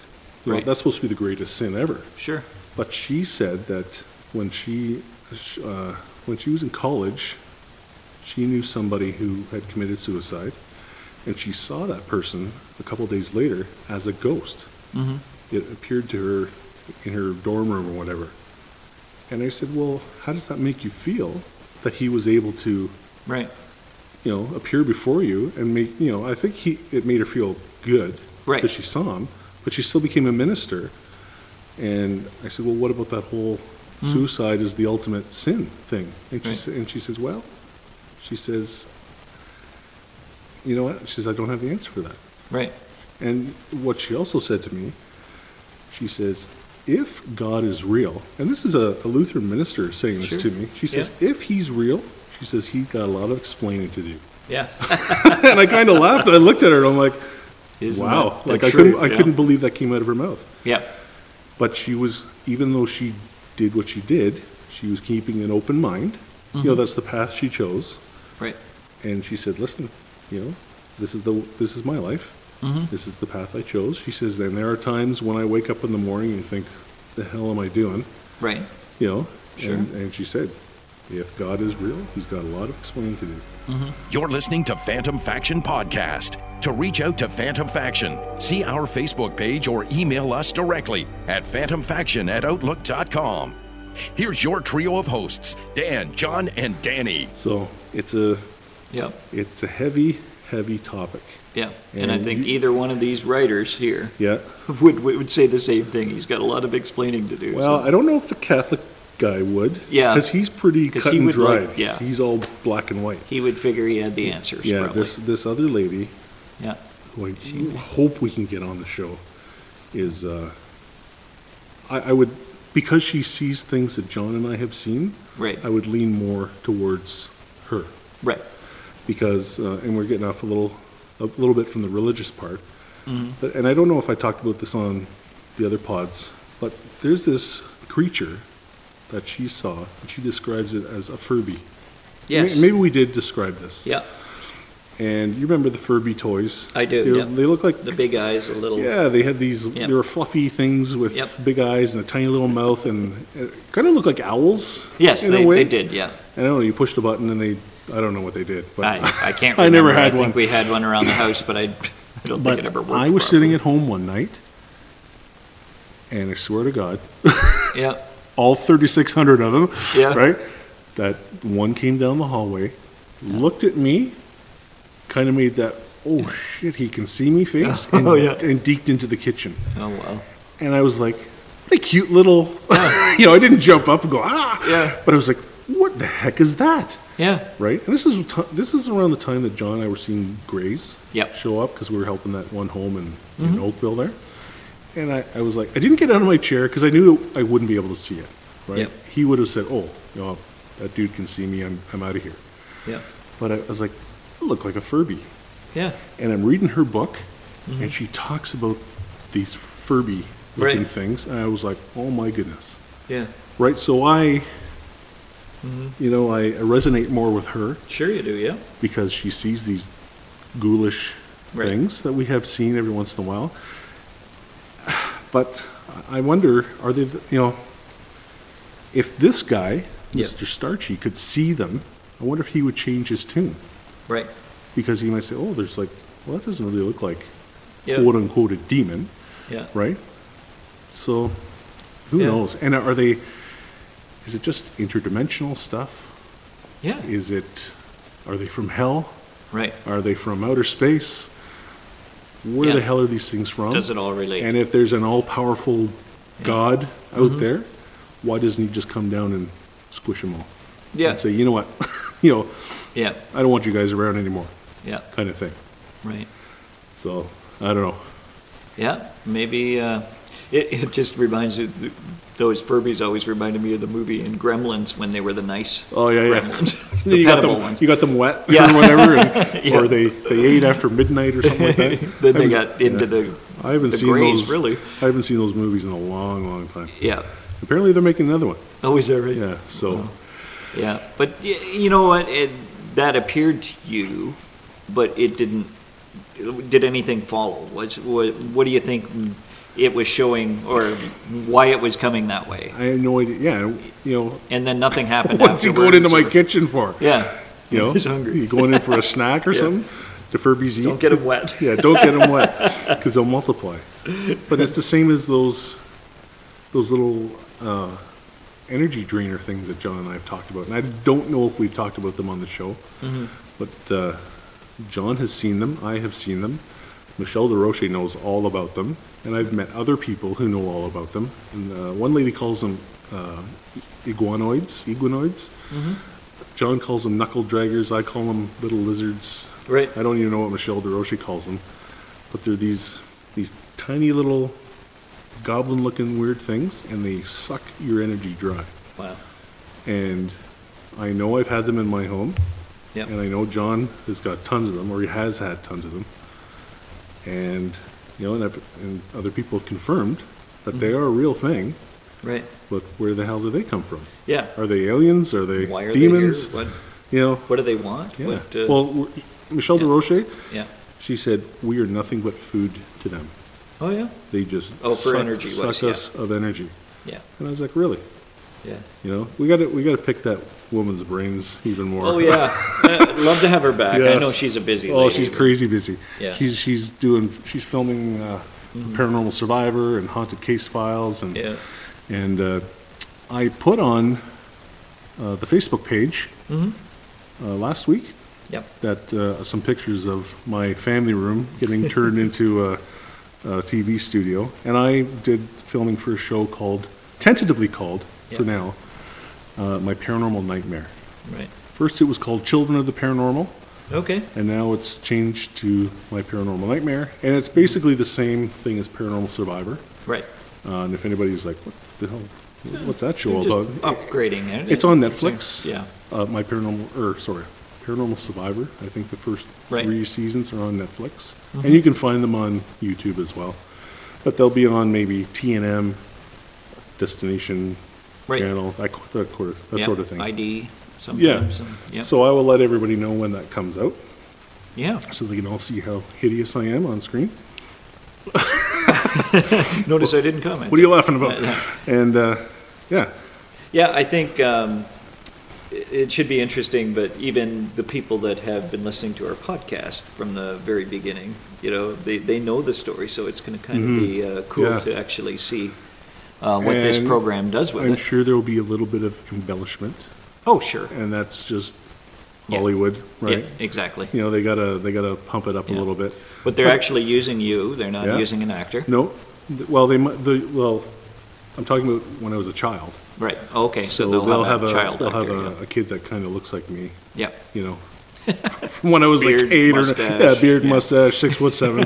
B: Mm-hmm. Right.
C: That's supposed to be the greatest sin ever.
B: sure.
C: But she said that when she sh- uh, when she was in college, she knew somebody who had committed suicide, and she saw that person a couple days later as a ghost. It appeared to her in her dorm room or whatever. And I said, "Well, how does that make you feel that he was able to,
B: Right,
C: you know, appear before you and make, you know, I think he it made her feel good
B: Right.
C: that she saw him, but she still became a minister." And I said, "Well, what about that whole suicide is the ultimate sin thing?" And she
B: Hmm. Right.
C: sa- and she says, "Well, she says, you know what? She says I don't have the answer for that."
B: right,
C: And what she also said to me, she says, "If God is real, and this is a, a Lutheran minister saying this
B: Sure.
C: to me, she says, if He's real, she says He's got a lot of explaining to do." [LAUGHS]
B: yeah.
C: and I kind of laughed. and I looked at her, and I'm like,
B: Isn't
C: "Wow!"
B: that the
C: Like I
B: truth,
C: couldn't, I
B: yeah.
C: couldn't believe that came out of her mouth.
B: Yep,
C: But she was, even though she did what she did, she was keeping an open mind. You know,
B: Mm-hmm.
C: that's the path she chose.
B: right,
C: And she said, "Listen, you know, this is the this is my life.
B: Mm-hmm.
C: This is the path I chose." She says, "Then there are times when I wake up in the morning and think, the hell am I doing?"
B: right,
C: You know.
B: Sure.
C: And, and she said, "If God is real, He's got a lot of explaining to do."
A: You're listening to Phantom Faction Podcast. To reach out to Phantom Faction, see our Facebook page or email us directly at phantomfaction at outlook.com. Here's your trio of hosts Dan, John, and Danny.
C: So it's a
B: yep,
C: it's a heavy, heavy topic.
B: Yeah, and I
C: And
B: think
C: you-
B: either one of these writers here [LAUGHS]
C: Yeah.
B: would would say the same thing. He's got a lot of explaining to do. so-
C: Well, I don't know if the Catholic guy would.
B: Yeah.
C: Because he's pretty
B: 'Cause
C: cut
B: he
C: and
B: would
C: dried.
B: like- yeah.
C: He's all black and white.
B: he would figure he had the answers.
C: yeah.
B: probably.
C: This this other lady
B: yeah,
C: who I hope we can get on the show is uh, I, I would because she sees things that John and I have seen.
B: right,
C: I would lean more towards her
B: right.
C: because, uh, and we're getting off a little, a little bit from the religious part.
B: Mm-hmm.
C: But, and I don't know if I talked about this on the other pods, but there's this creature that she saw, and she describes it as a Furby.
B: Yes.
C: May- Maybe we did describe this.
B: Yeah,
C: And you remember the Furby toys?
B: I do,
C: They,
B: yeah.
C: they look like
B: the big eyes, a little.
C: yeah, they had these.
B: Yep.
C: They were fluffy things with
B: Yep.
C: big eyes and a tiny little mouth, and it kind of looked like owls.
B: Yes,
C: in
B: they,
C: a way.
B: they did. Yeah,
C: I don't know. You pushed a button, and they. I don't know what they did. But
B: I,
C: [LAUGHS]
B: I can't. Remember.
C: I never had
B: think
C: one.
B: we had one around the house, but I, [LAUGHS] I don't think it
C: but
B: ever worked.
C: I was
B: properly.
C: sitting at home one night, and I swear to God,
B: Yeah,
C: all 3,600 of them,
B: Yeah.
C: right? That one came down the hallway, looked at me, kind of made that. Oh shit! He can see me face,
B: [LAUGHS]
C: and,
B: Oh, yeah.
C: and deked into the kitchen.
B: oh wow.
C: And I was like, what a cute little, [LAUGHS] you know, I didn't jump up and go, ah.
B: Yeah.
C: But I was like, what the heck is that?
B: Yeah,
C: Right? And this is t- this is around the time that John and I were seeing Grays
B: Yep. Mm-hmm.
C: show up because we were helping that one home in, in Oakville there. And I, I was like, I didn't get out of my chair because I knew that I wouldn't be able to see it. Right?
B: Yep.
C: He would have said, oh, you know, that dude can see me. I'm, I'm out of here.
B: yeah,
C: But I, I was like, I look like a Furby
B: yeah.
C: and I'm reading her book,
B: Mm-hmm.
C: and she talks about these Furby looking
B: Right.
C: things, and I was like, oh my goodness.
B: Yeah,
C: Right? So I,
B: Mm-hmm.
C: you know, I, I resonate more with her
B: sure you do. Yeah,
C: because she sees these ghoulish
B: Right.
C: things that we have seen every once in a while. But I wonder, are they, the- you know, if this guy,
B: Yep.
C: Mr. Starchy, could see them, I wonder if he would change his tune
B: right.
C: because he might say, oh, there's like, well, that doesn't really look like
B: Yeah,
C: quote unquote a demon,
B: yeah.
C: right? So who
B: Yeah.
C: knows? And are they is it just interdimensional stuff?
B: Yeah,
C: Is it are they from hell?
B: right.
C: Are they from outer space? Where the
B: Yeah.
C: hell are these things from?
B: Does it all relate? Mm-hmm.
C: and if there's an all powerful God out there, why doesn't he just come down and squish them all?
B: yeah,
C: And say, you know what? [LAUGHS] you know,
B: yeah,
C: I don't want you guys around anymore,
B: yeah.
C: kind of thing.
B: Right.
C: So I don't know.
B: Yeah, maybe uh, it, it just reminds you. Those Furbies always reminded me of the movie in Gremlins when they were the nice
C: Oh yeah, yeah. [LAUGHS]
B: Gremlins,
C: you
B: the
C: got
B: petable
C: them,
B: ones.
C: you got them wet
B: Yeah.
C: or
B: [LAUGHS]
C: whatever, and,
B: Yeah.
C: or they, they ate after midnight or something
B: [LAUGHS]
C: like that.
B: then
C: I
B: they
C: haven't-
B: got into
C: yeah.
B: the
C: I haven't
B: the
C: seen
B: grays,
C: those.
B: really.
C: I haven't seen those movies in a long, long time.
B: yeah.
C: Apparently, they're making another one.
B: Oh, is that right?
C: Yeah, so
B: Oh. Yeah, but y- you know what? It, that appeared to you, but it didn't. Did anything follow? Was what, what do you think it was showing, or why it was coming that way?
C: I had no idea. Yeah, you know,
B: And then nothing
C: [LAUGHS]
B: happened.
C: what's he going
B: afterwards,
C: into my
B: or-
C: kitchen for?
B: [LAUGHS] Yeah,
C: You know,
B: He's hungry.
C: You going in for a snack or
B: Yeah.
C: something? The Furbies eat.
B: don't get him wet.
C: [LAUGHS] yeah, don't get them wet because they'll multiply. But it's the same as those those little uh, energy drainer things that John and I have talked about, and I don't know if we've talked about them on the show. But uh, John has seen them. I have seen them. Michelle DeRoche knows all about them, and I've met other people who know all about them. And uh, one lady calls them uh, iguanoids, iguanoids. John calls them knuckle draggers. I call them little lizards.
B: Right.
C: I don't even know what Michelle DeRoche calls them, but they're these these tiny little goblin-looking weird things, and they suck your energy dry.
B: Wow.
C: And I know I've had them in my home,
B: Yeah.
C: and I know John has got tons of them, or he has had tons of them. And you know, and, I've, and other people have confirmed that
B: Mm-hmm.
C: they are a real thing.
B: Right.
C: But where the hell do they come from?
B: Yeah.
C: Are they aliens? Are they
B: Why are
C: demons?
B: they here? What,
C: You know,
B: what do they want?
C: yeah.
B: What, uh,
C: well, w- Michelle
B: yeah.
C: DeRoche,
B: yeah.
C: she said, "We are nothing but food to them.
B: Oh yeah.
C: They just
B: Oh, for
C: suck,
B: energy
C: suck
B: was, yeah.
C: us of energy."
B: Yeah.
C: And I was like, "Really?
B: Yeah.
C: You know, we got to we got to pick that woman's brains even more."
B: Oh yeah.
C: [LAUGHS]
B: Uh, love to have her back. I know
C: Yes.
B: she's a busy.
C: Oh,
B: lady,
C: she's
B: but-
C: crazy busy.
B: Yeah. Mm-hmm.
C: She's she's doing she's filming uh, Paranormal Survivor and Haunted Case Files and
B: Yeah.
C: and uh,
B: Mm-hmm.
C: I put on uh, the Facebook page uh, last week
B: Yep.
C: that uh, some pictures of my family room getting turned [LAUGHS] into a, a TV studio, and I did filming for a show called, tentatively called for
B: Yep.
C: now, uh, my paranormal nightmare.
B: Right.
C: First, it was called Children of the Paranormal,
B: Okay.
C: and now it's changed to My Paranormal Nightmare, and it's basically the same thing as Paranormal Survivor.
B: Right.
C: Uh, and if anybody's like, "What the hell? What's that show
B: They're just
C: about?" Uh,
B: upgrading it.
C: It's on Netflix.
B: Yeah.
C: Uh, my paranormal, or sorry, Paranormal Survivor. I think the first
B: Right. Mm-hmm.
C: three seasons are on Netflix, and you can find them on YouTube as well. But they'll be on maybe TNM, Destination
B: Right.
C: Channel, that, qu- that, quarter, that
B: Yep.
C: sort of thing.
B: ID.
C: yeah.
B: Sometimes. and- Yep.
C: So I will let everybody know when that comes out,
B: yeah.
C: so they can all see how hideous I am on screen.
B: Notice I didn't comment.
C: What are you laughing
B: [LAUGHS]
C: about?
B: Yeah.
C: and uh, yeah,
B: Yeah, I think um, it it should be interesting, but even the people that have been listening to our podcast from the very beginning, you know, they, they know the story, so it's going to kind of be uh, cool
C: Mm-hmm. Yeah.
B: to actually see uh, what this
C: And
B: program does with
C: I'm
B: it.
C: sure there will be a little bit of embellishment,
B: oh, sure.
C: and that's just
B: Yeah.
C: Hollywood, right?
B: Yeah, exactly.
C: you know they gotta they gotta pump it up a
B: Yeah.
C: little bit.
B: But they're actually using you, they're not
C: Yeah.
B: using an actor.
C: No, th- well they mu- the well, I'm talking about when I was a child.
B: Right. Okay, so, they'll, have, a child
C: they'll
B: actor.
C: have a, a kid that kind of looks like me.
B: yeah.
C: You
B: [LAUGHS]
C: know, from when I was
B: Beard,
C: like eight
B: mustache,
C: or yeah, beard,
B: yeah.
C: mustache, six foot
B: [LAUGHS]
C: seven,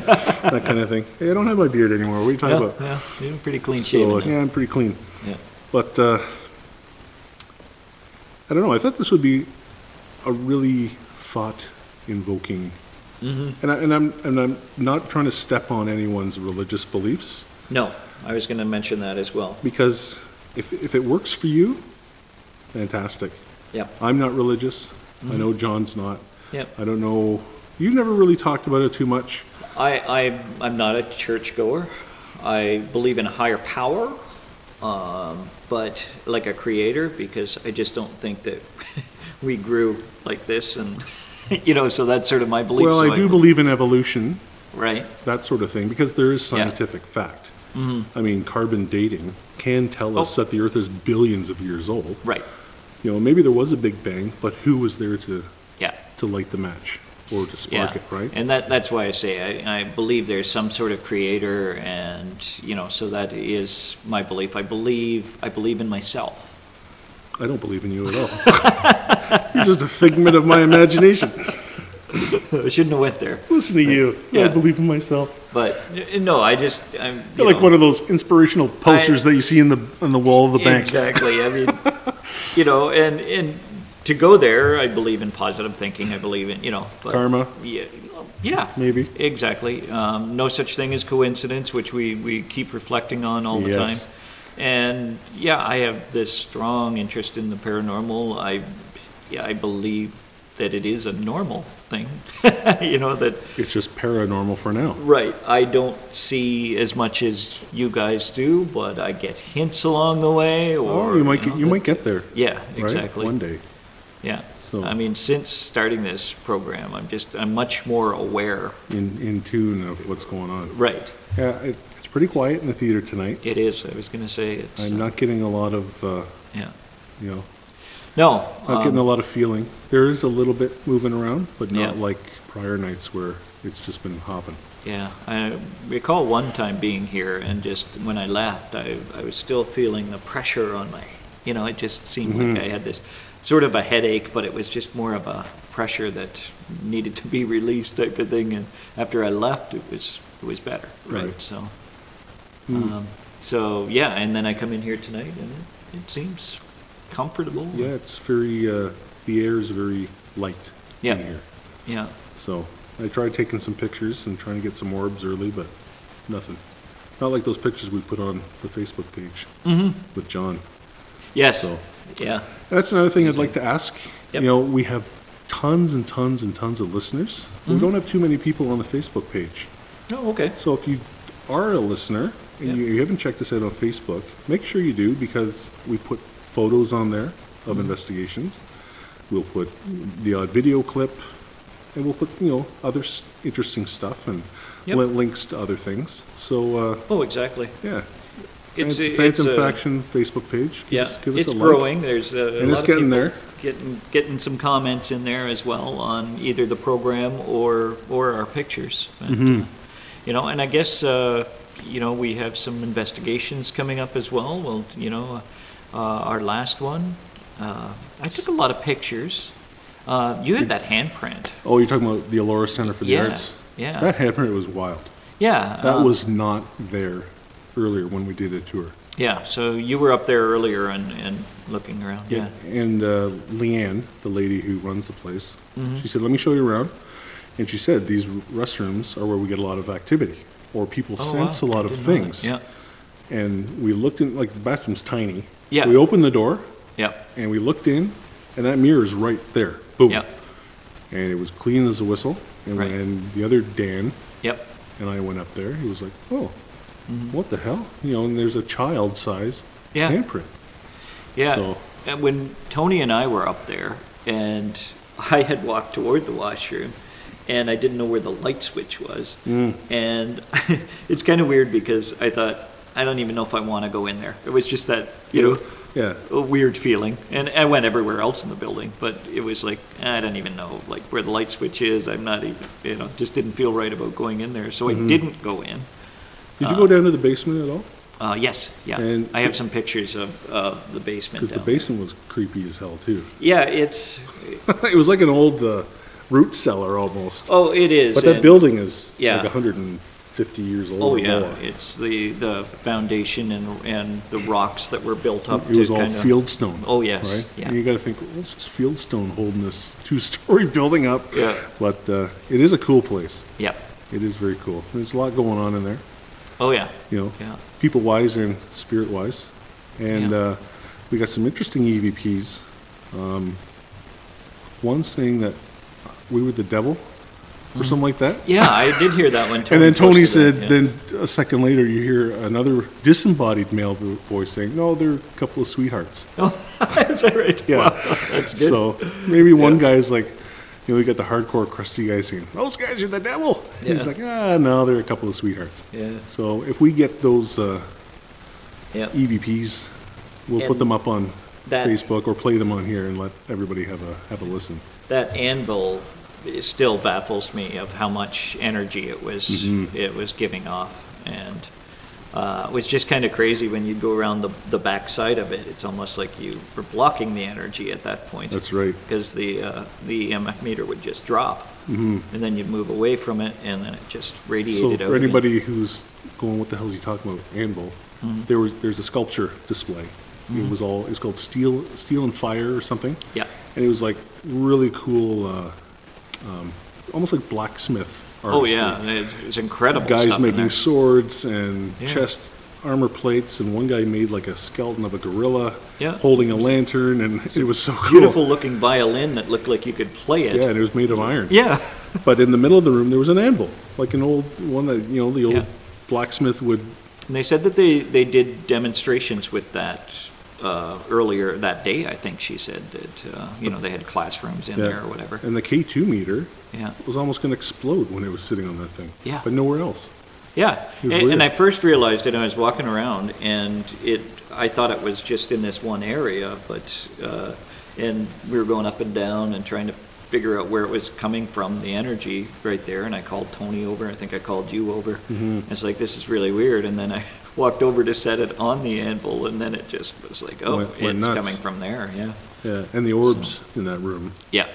C: that kind of thing. Hey, I don't have my beard anymore. What are you talking
B: Yeah,
C: about?
B: yeah, you're pretty clean
C: So, uh,
B: shaven.
C: yeah, I'm pretty clean.
B: Yeah.
C: But uh, I don't know. I thought this would be a really thought invoking. And, I, and, I'm, and I'm not trying to step on anyone's religious beliefs
B: No, I was going to mention that as well.
C: because if, if it works for you, fantastic.
B: Yep.
C: I'm not religious. I know John's not.
B: Yep.
C: I don't know. You've never really talked about it too much.
B: I, I, I'm not a churchgoer. I believe in a higher power, um, but like a creator, because I just don't think that [LAUGHS] we grew like this, and [LAUGHS] you know, so that's sort of my belief.
C: well,
B: so
C: I do believe in evolution,
B: Right.
C: that sort of thing, because there is scientific fact. I mean, carbon dating can tell us
B: Mm-hmm. Oh.
C: that the Earth is billions of years old.
B: Right.
C: You know, maybe there was a Big Bang, but who was there to,
B: Yeah.
C: to light the match or to
B: Yeah.
C: spark it, right?
B: And that, that's why I say I, I believe there's some sort of creator, and you know, so that is my belief. I believe I believe in myself.
C: [LAUGHS] I don't believe in you at all. [LAUGHS] You're just a figment of my imagination.
B: I shouldn't have went there,
C: Listen to you. I
B: Yeah.
C: believe in myself.
B: but uh, no, I just I'm you
C: You're like
B: know.
C: one of those inspirational posters that you see in the on the wall of the bank.
B: Exactly. I mean, you know, and and to go there, I believe in positive thinking. I believe in you know but-
C: Karma.
B: Yeah, well, yeah.
C: Maybe.
B: Exactly. Um, no such thing as coincidence, which we we keep reflecting on all the
C: Yes.
B: time. And yeah, I have this strong interest in the paranormal. I yeah, I believe that it is a normal thing. [LAUGHS] you know that
C: It's just paranormal for now.
B: Right. I don't see as much as you guys do, but I get hints along the way. Or
C: Oh, you might get,
B: know,
C: you
B: that-
C: might get there.
B: Yeah,
C: right?
B: exactly.
C: One day.
B: Yeah. Um,
C: So-
B: I mean, since starting this program, I'm just I'm much more aware.
C: in, in tune of what's going on.
B: Right.
C: Yeah, it, it's pretty quiet in the theater tonight.
B: It is. I was going to say it's.
C: I'm
B: uh,
C: not getting a lot of, uh,
B: Yeah.
C: you know,
B: No.
C: not getting
B: um,
C: a lot of feeling. There is a little bit moving around, but not
B: Yeah.
C: like prior nights where it's just been hopping.
B: Yeah, I recall one time being here and just when I left, I, I was still feeling the pressure on my, you know, it just seemed
C: Mm-hmm.
B: like I had this sort of a headache, but it was just more of a pressure that needed to be [LAUGHS] released type of thing. And after I left, it was it was better, right?
C: Right. Hmm.
B: So, um, so yeah, and then I come in here tonight and it, it seems comfortable.
C: Yeah, it's very, uh, the air is very light
B: Yeah.
C: in here.
B: yeah,
C: So I tried taking some pictures and trying to get some orbs early, but nothing. Not like those pictures we put on the Facebook page
B: Mm-hmm.
C: with John.
B: yes,
C: So-
B: yeah,
C: That's another thing I'd like to ask. You
B: Yep.
C: know, we have tons and tons and tons of listeners.
B: Mm-hmm.
C: We don't have too many people on the Facebook page.
B: oh okay,
C: So if you are a listener and
B: Yep.
C: you, you haven't checked us out on Facebook, make sure you do because we put photos on there of
B: Mm-hmm.
C: investigations. We'll put the odd video clip, and we'll put you know other s- interesting stuff and
B: Yep.
C: li- links to other things. So uh,
B: oh exactly.
C: yeah,
B: It's, a- it's
C: Phantom
B: a-
C: Faction Facebook page. Give
B: Yeah,
C: us- give us
B: it's
C: a like.
B: growing. There's a a
C: And
B: lot
C: it's
B: of
C: getting
B: people
C: there.
B: Getting, getting some comments in there as well on either the program or, or our pictures. And,
C: Mm-hmm.
B: uh, You know, and I guess, uh, you know, we have some investigations coming up as well. Well, you know, uh, our last one, uh, I took a lot of pictures. Uh, You had that handprint.
C: Oh, you're talking about the Alora Center for the
B: Yeah,
C: Arts?
B: yeah.
C: That handprint was wild.
B: Yeah.
C: That
B: uh,
C: was not there earlier when we did the tour.
B: Yeah, so you were up there earlier and, and looking around, yeah.
C: And uh, Leanne, the lady who runs the place,
B: Mm-hmm.
C: she said, "Let me show you around." And she said, "These restrooms are where we get a lot of activity, or people
B: Oh,
C: sense
B: wow,
C: a
B: I
C: lot of
B: didn't know that.
C: things."
B: Yeah,
C: And we looked in, like the bathroom's tiny.
B: Yeah.
C: We opened the door
B: yeah,
C: and we looked in, and that mirror is right there. Boom.
B: yeah,
C: And it was clean as a whistle. And
B: Right.
C: then the other Dan
B: yep,
C: and I went up there. He was like, "Oh, what the hell?" You know, and there's a child size
B: Mm-hmm. Yeah.
C: handprint.
B: yeah.
C: So-
B: And when Tony and I were up there, and [LAUGHS] I had walked toward the washroom, and I didn't know where the light switch was,
C: Mm.
B: and [LAUGHS] it's kind of weird because I thought I don't even know if I want to go in there. It was just that you know
C: Yeah.
B: a weird feeling, and I went everywhere else in the building, but it was like I don't even know like where the light switch is. I'm not even you know just didn't feel right about going in there, so
C: Mm-hmm.
B: I didn't go in.
C: Did you go down to the basement at all?
B: Uh, yes, yeah,
C: And-
B: I have some pictures of uh, the basement.
C: Because the
B: down.
C: basement was creepy as hell too. [LAUGHS]
B: yeah, it's
C: it was like an old uh, root cellar almost.
B: Oh, it is.
C: but that
B: and-
C: building is
B: Yeah.
C: like 150 years old.
B: Oh
C: or
B: yeah,
C: more.
B: it's the the foundation and and the rocks that were built up.
C: It was
B: to
C: all
B: kinda-
C: fieldstone.
B: Oh, yes,
C: right.
B: yeah.
C: And you got to think, well, it's just fieldstone holding this two-story [LAUGHS] building up.
B: Yeah.
C: But uh, it is a cool place.
B: Yeah.
C: It is very cool. There's a lot going on in there.
B: Oh yeah.
C: You know,
B: Yeah.
C: people wise and spirit wise, and
B: Yeah.
C: uh, we got some interesting EVPs. Um, one saying that we were the devil, or something like that.
B: Yeah, I did hear that one.
C: [LAUGHS] And then Tony
B: Hmm. posted
C: said,
B: it, yeah.
C: then a second later, you hear another disembodied male vo- voice saying, No, they're a couple of sweethearts.
B: [LAUGHS] "Is that right?
C: Yeah.
B: Wow, that's good."
C: [LAUGHS] So maybe one guy's like, You know, we got the hardcore crusty guy saying, Those guys are the devil. And
B: Yeah.
C: He's like, Ah, no, they're a couple of sweethearts.
B: Yeah.
C: So if we get those uh,
B: yeah.
C: EVPs, E we'll put
B: And
C: them up on
B: that-
C: Facebook or play them on here and let everybody have a have a listen.
B: That anvil is- still baffles me of how much energy it was
C: Mm-hmm.
B: it was giving off, and uh, it was just kind of crazy when you go around the the back side of it. It's almost like you were blocking the energy at that point.
C: That's right.
B: because the uh, the EMF meter would just drop, and then you'd move away from it, and then it just
C: Mm-hmm. So
B: radiated. out
C: for
B: again.
C: anybody who's going, what the hell is he talking about? Anvil.
B: Mm-hmm.
C: There was there's a sculpture display. It was all it was called steel steel and fire or something.
B: Yeah.
C: And it was like really cool, uh, um, almost like blacksmith artistry.
B: oh yeah, and it's, it's incredible.
C: Guys
B: stuff in
C: making
B: there.
C: swords and
B: Yeah.
C: chest armor plates, and one guy made like a skeleton of a gorilla
B: Yeah.
C: holding a lantern, and it was so cool.
B: beautiful looking violin that looked like you could play it.
C: Yeah, and it was made of iron.
B: Yeah.
C: But in the middle of the room, there was an anvil, like an old one that you know the old
B: Yeah.
C: blacksmith would
B: And they said that they, they did demonstrations with that uh, earlier that day. I think she said that uh, you know they had classrooms in there or whatever.
C: And the K2 meter
B: Yeah.
C: was almost going to explode when it was sitting on that thing.
B: Yeah.
C: But nowhere else.
B: Yeah,
C: It was
B: and,
C: weird.
B: and I first realized it. I was walking around, and it. I thought it was just in this one area, but uh, and we were going up and down and trying to figure out where it was coming from. The energy right there, and I called Tony over. I think I called you over.
C: Mm-hmm.
B: And It's like this is really weird, and then I [LAUGHS] walked over to set it on the anvil, and then it just was like, oh,
C: Went- went
B: it's
C: nuts.
B: coming from there. Yeah,
C: Yeah. And the orbs in that room
B: yeah,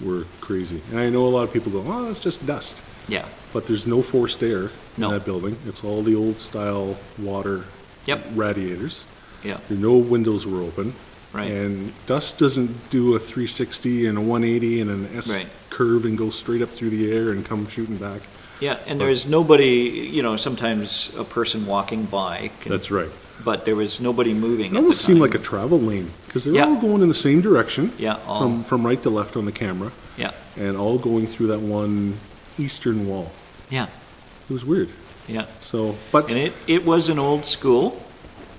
C: were crazy. And I know a lot of people go, oh, it's just dust.
B: yeah.
C: But there's no forced air
B: No.
C: in that building. It's all the old style water
B: Yep.
C: radiators.
B: Yeah.
C: No windows were open.
B: Right.
C: And dust doesn't do a 360 and a 180 and an S
B: Right.
C: curve and go straight up through the air and come shooting back.
B: Yeah, and there was nobody, you know, sometimes a person walking by. Can,
C: That's right.
B: But there was nobody moving.
C: It
B: at the
C: almost seemed
B: time.
C: like a travel lane because they're
B: Yeah. Oh.
C: all going in the same direction.
B: Yeah, all-
C: From, from right to left on the camera
B: Yeah,
C: and all going through that one eastern wall.
B: yeah,
C: It was weird.
B: yeah.
C: So, but
B: And it, it was an old school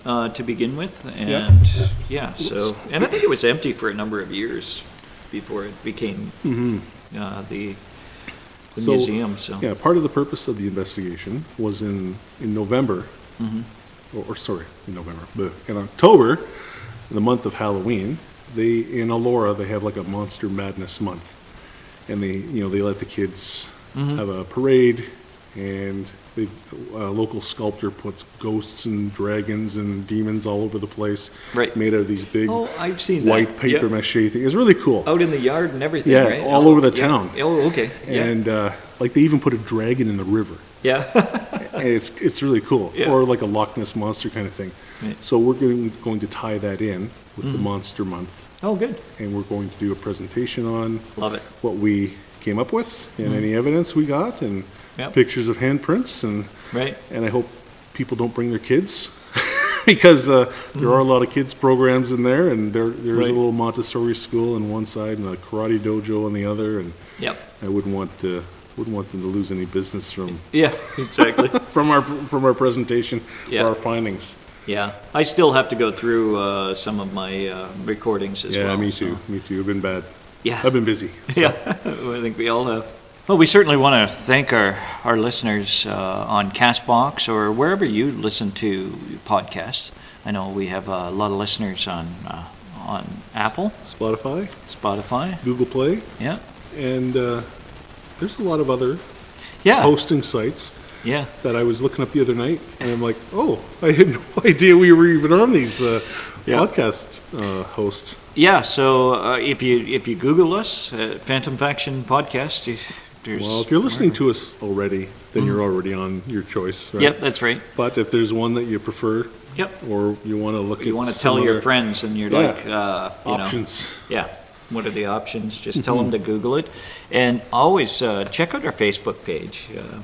B: uh, to begin with,
C: Yeah.
B: and yeah, so, and I think it was empty for a number of years before it became uh, the, the
C: Mm-hmm. So,
B: museum, so.
C: yeah, part of the purpose of the investigation was in, in November.
B: Mm-hmm.
C: or, or sorry, in November, but in October, the month of Halloween, they in Alora they have like a Monster Madness month, and they you know they let the kids
B: Mm-hmm.
C: have a parade, and the uh, local sculptor puts ghosts and dragons and demons all over the place,
B: Right.
C: Made out of these big
B: Oh, I've seen that.
C: white paper
B: Yep.
C: mache thing. It's really cool.
B: Out in the yard and everything,
C: Yeah,
B: right?
C: all over the
B: yeah.
C: town.
B: Oh, okay. Yeah.
C: And uh, like they even put a dragon in the river.
B: yeah. [LAUGHS]
C: And it's it's really cool,
B: Yeah.
C: or like a Loch Ness monster kind of thing.
B: Right.
C: So we're going, going to tie that in with
B: Mm-hmm.
C: the Monster Month,
B: oh, good.
C: and we're going to do a presentation on
B: Love it.
C: what we came up with and any evidence we got, and
B: Mm-hmm. Yep.
C: pictures of handprints, and
B: Right.
C: and I hope people don't bring their kids. [LAUGHS] Because uh, there are a lot of kids programs in there, and there there's
B: Mm-hmm. Right.
C: a little Montessori school on one side and a karate dojo on the other, and
B: Yep.
C: I wouldn't want to, wouldn't want them to lose any business from,
B: Yeah. [LAUGHS] Exactly.
C: from our, from our presentation or
B: Yeah.
C: our findings.
B: yeah. I still have to go through uh, some of my uh, recordings as
C: Yeah,
B: well.
C: me
B: so-
C: too, me too. I've been bad.
B: Yeah.
C: I've been busy.
B: [LAUGHS] Yeah, I think we all have. Well, we certainly want to thank our, our listeners uh, on Castbox or wherever you listen to podcasts. I know we have a lot of listeners on uh, on Apple,
C: Spotify,
B: Spotify.
C: Google Play,
B: Yeah,
C: and uh, there's a lot of other
B: yeah,
C: hosting sites
B: yeah.
C: that I was looking up the other night, and I'm like, oh, I had no [LAUGHS] idea we were even on these uh,
B: Yeah.
C: podcast uh, hosts.
B: Yeah, so uh, if you if you Google us, uh, Phantom Faction Podcast, you, there's
C: Well, if you're listening to us already, then you're already on your choice, right?
B: Mm-hmm. Yep, that's right.
C: But if there's one that you prefer,
B: Yep.
C: or you want to look at,
B: You want to
C: some
B: tell your
C: other
B: friends, and you're
C: Yeah.
B: like, uh, you know,
C: options.
B: Yeah. What are the options? Just tell them to Google it, and always uh, check out our Facebook page. Uh,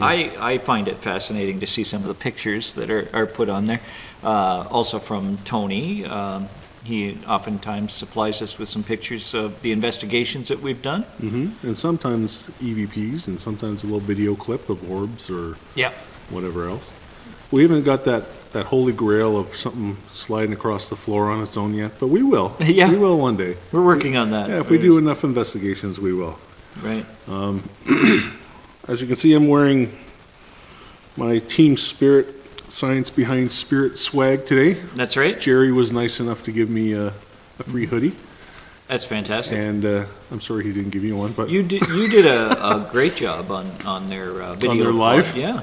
B: I I find it fascinating to see some of the pictures that are, are put on there. Uh, also from Tony, um, he oftentimes supplies us with some pictures of the investigations that we've done.
C: mm-hmm. And sometimes EVPs and sometimes a little video clip of orbs or
B: Yeah.
C: whatever else. We haven't got that, that holy grail of something sliding across the floor on its own yet, but we will.
B: [LAUGHS] Yeah.
C: We will one day.
B: We're working on that.
C: Yeah, if we do enough investigations, we will.
B: Right.
C: As you can see, I'm wearing my Team Spirit Science Behind Spirit swag today.
B: That's right.
C: Jerry was nice enough to give me a, a free hoodie,
B: That's fantastic.
C: and uh, I'm sorry he didn't give you one, but
B: You did you did a, a great job on on their uh, video
C: their
B: pod.
C: live?
B: Yeah.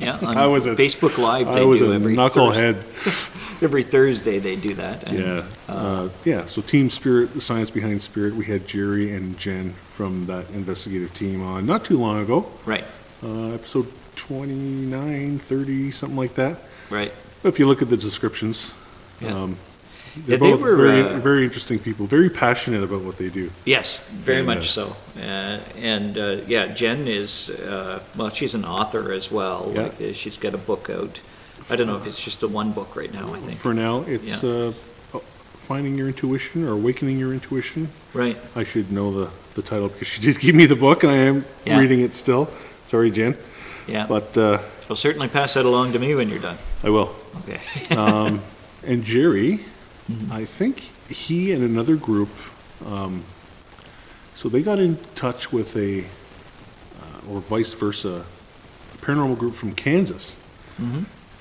B: Yeah, on
C: [LAUGHS] I was a-
B: Facebook Live. They
C: I was a
B: do every Thursday.
C: knucklehead.
B: Every Thursday they do that. and-
C: Yeah. Uh, yeah. So Team Spirit, the science behind Spirit, we had Jerry and Jen from that investigative team on not too long ago,
B: Right,
C: uh, episode 29, 30, something like that.
B: right.
C: If you look at the descriptions,
B: Yeah.
C: um, they're
B: Yeah, they
C: both
B: were,
C: very,
B: uh,
C: very interesting people, very passionate about what they do.
B: Yes, very
C: And,
B: much
C: uh,
B: so. And, and uh, yeah, Jen is, uh, well, she's an author as well.
C: Yeah.
B: Like, uh, she's got a book out. I don't know if it's just the one book right now, I think.
C: For now, it's
B: Yeah.
C: uh, uh, finding your intuition or awakening your intuition.
B: Right.
C: I should know the, the title because she did give me the book, and I am
B: Yeah.
C: reading it still. Sorry, Jen,
B: Yeah.
C: but uh,
B: Well, certainly pass that along to me when you're done.
C: I will.
B: Okay. [LAUGHS]
C: Um, And Jerry, I think he and another group, um, so they got in touch with a, uh, or vice versa, a paranormal group from Kansas.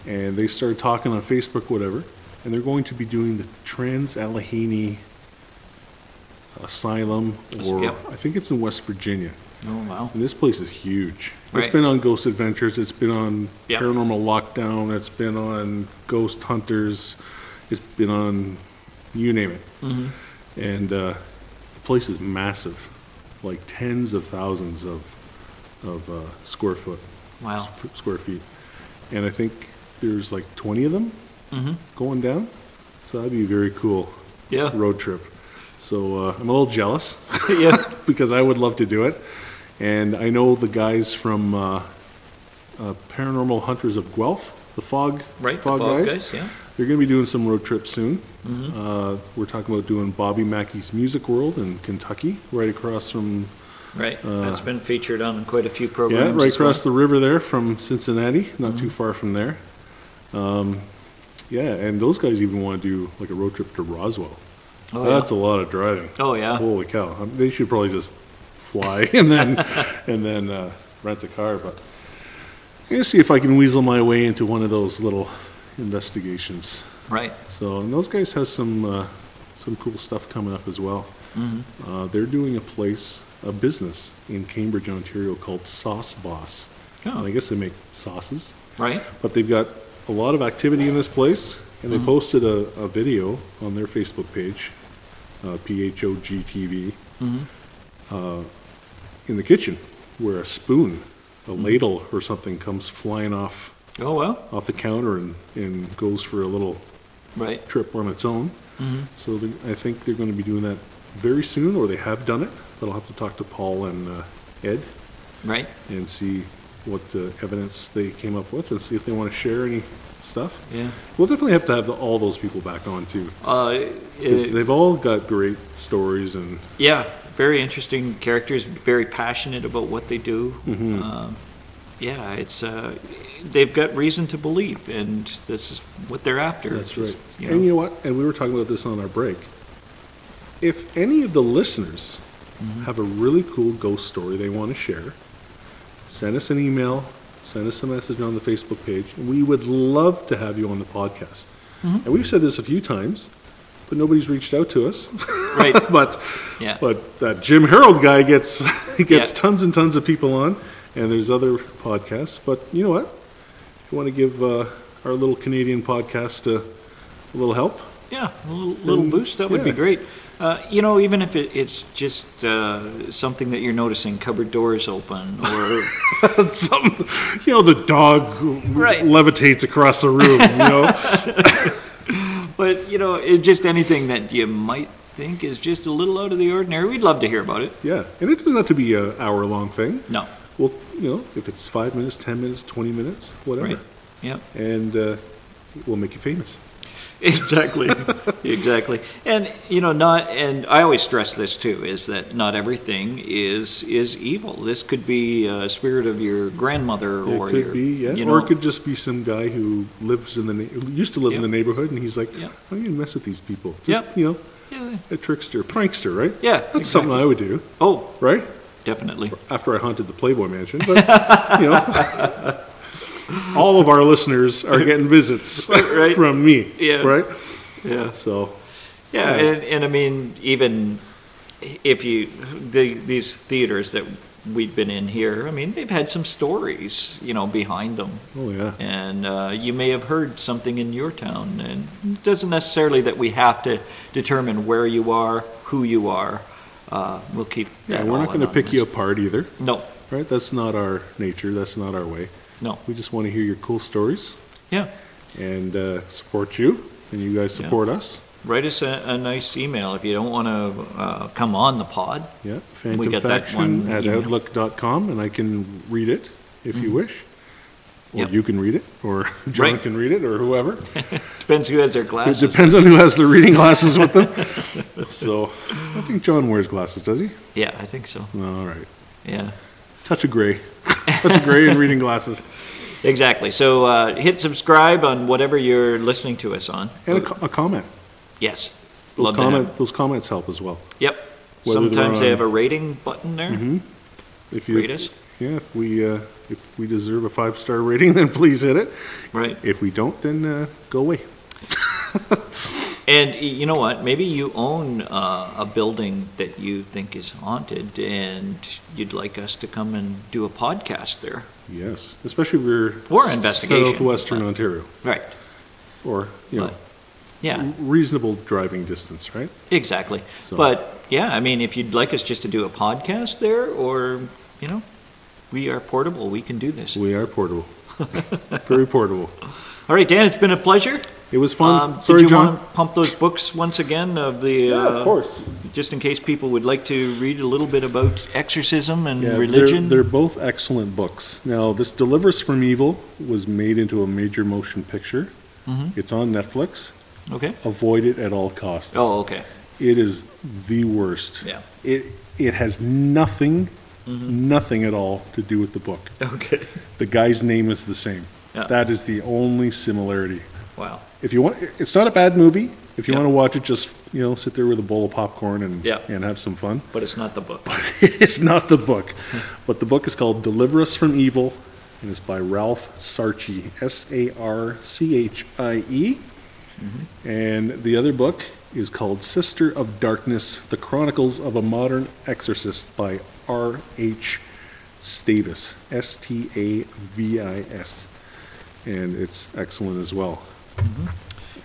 C: And they started talking on Facebook, whatever, and they're going to be doing the Trans Allegheny Asylum, or
B: Yep.
C: I think it's in West Virginia.
B: oh, wow.
C: And this place is huge. It's
B: Right.
C: been on Ghost Adventures. It's been on
B: Yep.
C: Paranormal Lockdown. It's been on Ghost Hunters. It's been on you name it.
B: Mm-hmm.
C: And uh, the place is massive, like tens of thousands of of uh, square foot
B: Wow.
C: s- square feet. And I think there's like 20 of them
B: Mm-hmm.
C: going down. So that'd be a very cool
B: Yeah.
C: road trip. So uh, I'm a little
B: [LAUGHS]
C: jealous [LAUGHS]
B: yeah.
C: because I would love to do it. And I know the guys from uh, uh, Paranormal Hunters of Guelph, the Fog,
B: Right, the
C: fog,
B: Fog
C: guys.
B: guys, Mm-hmm. yeah.
C: They're going to be doing some road trips soon. Uh, we're talking about doing Bobby Mackey's Music World in Kentucky, right across from
B: Right. That's been featured on quite a few
C: Uh, yeah,
B: programs.
C: right
B: as well.
C: across the river there from Cincinnati, not
B: Mm-hmm.
C: too far from there. Um, yeah, and those guys even want to do like a road trip to Roswell.
B: Oh, yeah.
C: That's a lot of driving.
B: Oh, yeah.
C: Holy cow! Um, They should probably just fly [LAUGHS] and then and then uh, rent a car. But I'm gonna see if I can weasel my way into one of those little investigations.
B: Right.
C: So, and those guys have some uh, some cool stuff coming up as well. Uh, they're doing a place, a business in Cambridge, Ontario called Sauce Boss.
B: Oh.
C: And I guess they make sauces,
B: Right.
C: but they've got a lot of activity in this place, and they posted a, a video on their Facebook page, uh, PHOGTV, uh, in the kitchen where a spoon, a ladle, or something comes flying off
B: Oh well.
C: off the counter and, and goes for a little
B: Right.
C: trip on its own. So they- I think they're going to be doing that very soon, or they have done it. But I'll have to talk to Paul and uh, Ed
B: Right.
C: and see what uh, evidence they came up with and see if they want to share any stuff.
B: Yeah.
C: We'll definitely have to have the, all those people back on too,
B: Uh,
C: because
B: uh,
C: they've all got great stories and
B: yeah. Very interesting characters. Very passionate about what they do.
C: Mm-hmm.
B: Um, yeah. It's uh, they've got reason to believe, and this is what they're after. It's just, you know,
C: And you know what? And we were talking about this on our break. If any of the listeners have a really cool ghost story they want to share, send us an email, send us a message on the Facebook page. We would love to have you on the podcast. And we've said this a few times, but nobody's reached out to us.
B: right.
C: [LAUGHS] but
B: Yeah.
C: but that Jim Harold guy gets [LAUGHS] he gets
B: Yeah.
C: tons and tons of people on, and there's other podcasts. But you know what? If you want to give uh, our little Canadian podcast a, a little help, [LAUGHS]
B: Yeah, a little, little
C: Um,
B: boost. That would be
C: yeah.
B: great. Uh, you know, even if it, it's just uh, something that you're noticing, cupboard doors open,
C: [LAUGHS]
B: or
C: some you know the dog
B: Right.
C: levitates across the room.
B: [LAUGHS]
C: You know,
B: but you know, it, just anything that you might think is just a little out of the ordinary. We'd love to hear about it.
C: yeah, and it doesn't have to be an hour long thing.
B: No,
C: Well, you know, if it's five minutes, ten minutes, twenty minutes, whatever,
B: right? Yeah,
C: and uh, we'll make you famous. [LAUGHS]
B: exactly, exactly. And you know, not and I always stress this too is that not everything is is evil. This could be a spirit of your grandmother, or
C: it could
B: your,
C: be, yeah.
B: you
C: or
B: know-
C: it could just be some guy who lives in the na- who used to live in
B: Yeah.
C: the neighborhood, and he's like,
B: Yeah.
C: "Why do you mess with these people?"
B: Yeah.
C: Just you know,
B: Yeah.
C: a trickster, prankster, right?
B: Yeah,
C: that's something I would do,
B: Oh,
C: right?
B: definitely.
C: After I haunted the Playboy Mansion, but you know, [LAUGHS] all of our listeners are getting
B: [LAUGHS]
C: visits
B: Right.
C: from me,
B: Yeah.
C: right?
B: Yeah.
C: So
B: Yeah,
C: Yeah.
B: and, and I mean, even if you the, these theaters that we've been in here, I mean, they've had some stories, you know, behind them,
C: Oh yeah.
B: and uh, you may have heard something in your town, and it doesn't necessarily that we have to determine where you are, who you are. Uh, we'll keep.
C: Yeah,
B: that
C: we're not
B: all
C: going to pick you
B: anonymous.
C: apart either,
B: No,
C: right? That's not our nature. That's not our way.
B: no,
C: We just want to hear your cool stories
B: yeah.
C: and uh, support you, and you guys
B: Yeah.
C: support us.
B: Write us a, a nice email if you don't want to uh, come on the pod.
C: Yeah,
B: We get that
C: phantomfaction
B: one
C: at
B: email. Mm-hmm.
C: outlook.com, and I can read it if you wish. Or
B: Yep.
C: you can read it, or [LAUGHS] John
B: Right.
C: can read it, or whoever.
B: Depends who has their
C: It
B: glasses.
C: depends on who has the reading glasses
B: [LAUGHS]
C: with them. so I think John wears glasses, does he?
B: Yeah, I think so.
C: All right.
B: Yeah.
C: Touch of gray. [LAUGHS] Touch of gray and reading glasses.
B: Exactly. So uh, hit subscribe on whatever you're listening to us on.
C: And a, co- a comment.
B: Yes.
C: Those,
B: Love to have-
C: comment, those comments help as well.
B: Yep.
C: Whether they're
B: Sometimes they
C: on- Mm-hmm.
B: have a rating button there.
C: If you,
B: Rate us.
C: Yeah, if we, uh, if we deserve a five star rating, [LAUGHS] then please hit it.
B: Right.
C: If we don't, then uh, go away.
B: And y- you know what? Maybe you own uh, a building that you think is haunted and you'd like us to come and do a podcast there.
C: Yes, especially if you're
B: Or
C: s-
B: investigation.
C: southwestern Ontario,
B: Right.
C: or you know,
B: Yeah.
C: reasonable driving distance, right?
B: Exactly.
C: So-
B: But yeah, I mean, if you'd like us just to do a podcast there or, you know, we are portable. We can do this.
C: We are portable, [LAUGHS] very portable.
B: All right, Dan, it's been a pleasure.
C: It was fun.
B: Um,
C: Sorry,
B: did you
C: John.
B: want to pump those books once again of the? uh,
C: course.
B: Just in case people would like to read a little bit about exorcism and
C: Yeah,
B: religion.
C: They're, they're both excellent books. Now, this "Delivers from Evil" was made into a major motion picture.
B: Mm-hmm.
C: It's on Netflix.
B: okay.
C: Avoid it at all costs.
B: Oh, okay.
C: It is the worst.
B: Yeah. Mm-hmm.
C: It it has nothing, nothing at all to do with the book.
B: Okay.
C: The guy's name is the same.
B: Yeah.
C: That is the only similarity.
B: Wow.
C: If you want, it's not a bad movie. If you
B: Yeah.
C: want to watch it, just you know, sit there with a bowl of popcorn and
B: Yeah.
C: and have some fun. [LAUGHS]
B: But it's not the book.
C: it's not the book, but the book is called "Deliver Us from Evil: and it's by Ralph Sarchi, S A R C H I E. And the other book is called Sister of Darkness The Chronicles of a Modern Exorcist by R.H. Stavis, S T A V I S. And it's excellent as well. [LAUGHS]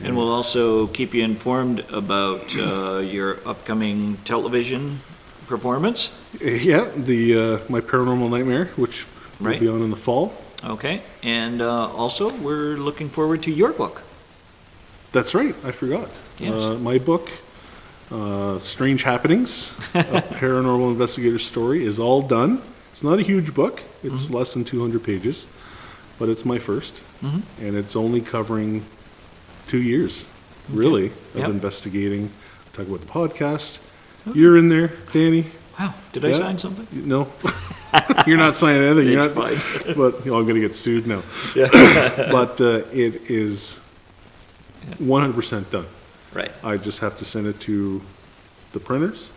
B: And we'll also keep you informed about uh, your upcoming television performance.
C: Uh, Yeah, the uh, My Paranormal Nightmare, which will
B: Right.
C: be on in the fall.
B: Okay. And uh, also, we're looking forward to your book.
C: That's right, I forgot.
B: Yes.
C: Uh, my book, uh, Strange Happenings, a
B: [LAUGHS]
C: paranormal investigator story, is all done. It's not a huge book, it's
B: Mm-hmm.
C: less than 200 pages, but it's my 1st
B: Mm-hmm.
C: And it's only covering two years, really, of
B: Yep.
C: investigating. Talk about the podcast. You're in there, Danny.
B: Wow. Did I
C: Yeah.
B: sign something? [LAUGHS]
C: No. You're not signing anything. You're
B: It's
C: not,
B: fine.
C: But you know, I'm going to get sued now. but uh, it is 100% done.
B: Right.
C: I just have to send it to the printers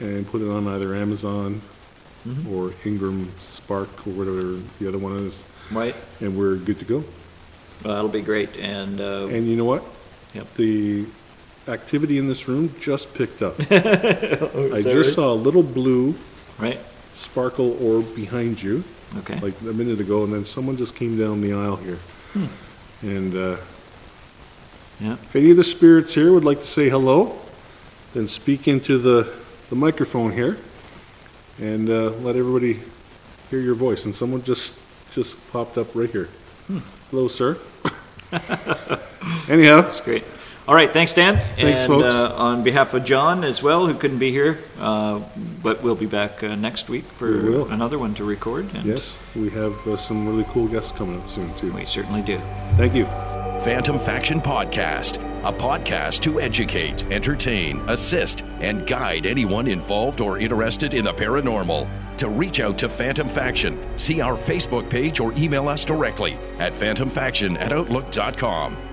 C: and put it on either Amazon or Ingram Spark or whatever the other one is,
B: Right.
C: and we're good to go.
B: Well, that'll be great. And, uh,
C: And you know what?
B: Yep.
C: The activity in this room just picked up. I just saw a little blue
B: right.
C: sparkle orb behind you.
B: Okay.
C: like a minute ago, and then someone just came down the aisle here. And uh,
B: Yeah.
C: if any of the spirits here would like to say hello, then speak into the, the microphone here, and uh, let everybody hear your voice. And someone just just popped up right here. Hello, sir. [LAUGHS] Anyhow,
B: That's great. All right, thanks, Dan.
C: Thanks,
B: and,
C: folks.
B: Uh, on behalf of John as well, who couldn't be here, uh, but we'll be back uh, next week
C: We
B: for
C: will.
B: another one to record. And
C: yes, we have uh, some really cool guests coming up soon too.
B: we certainly do.
C: Thank you.
A: Phantom Faction Podcast, a podcast to educate, entertain, assist, and guide anyone involved or interested in the paranormal. To reach out to Phantom Faction, see our Facebook page or email us directly at phantomfaction at outlook.com.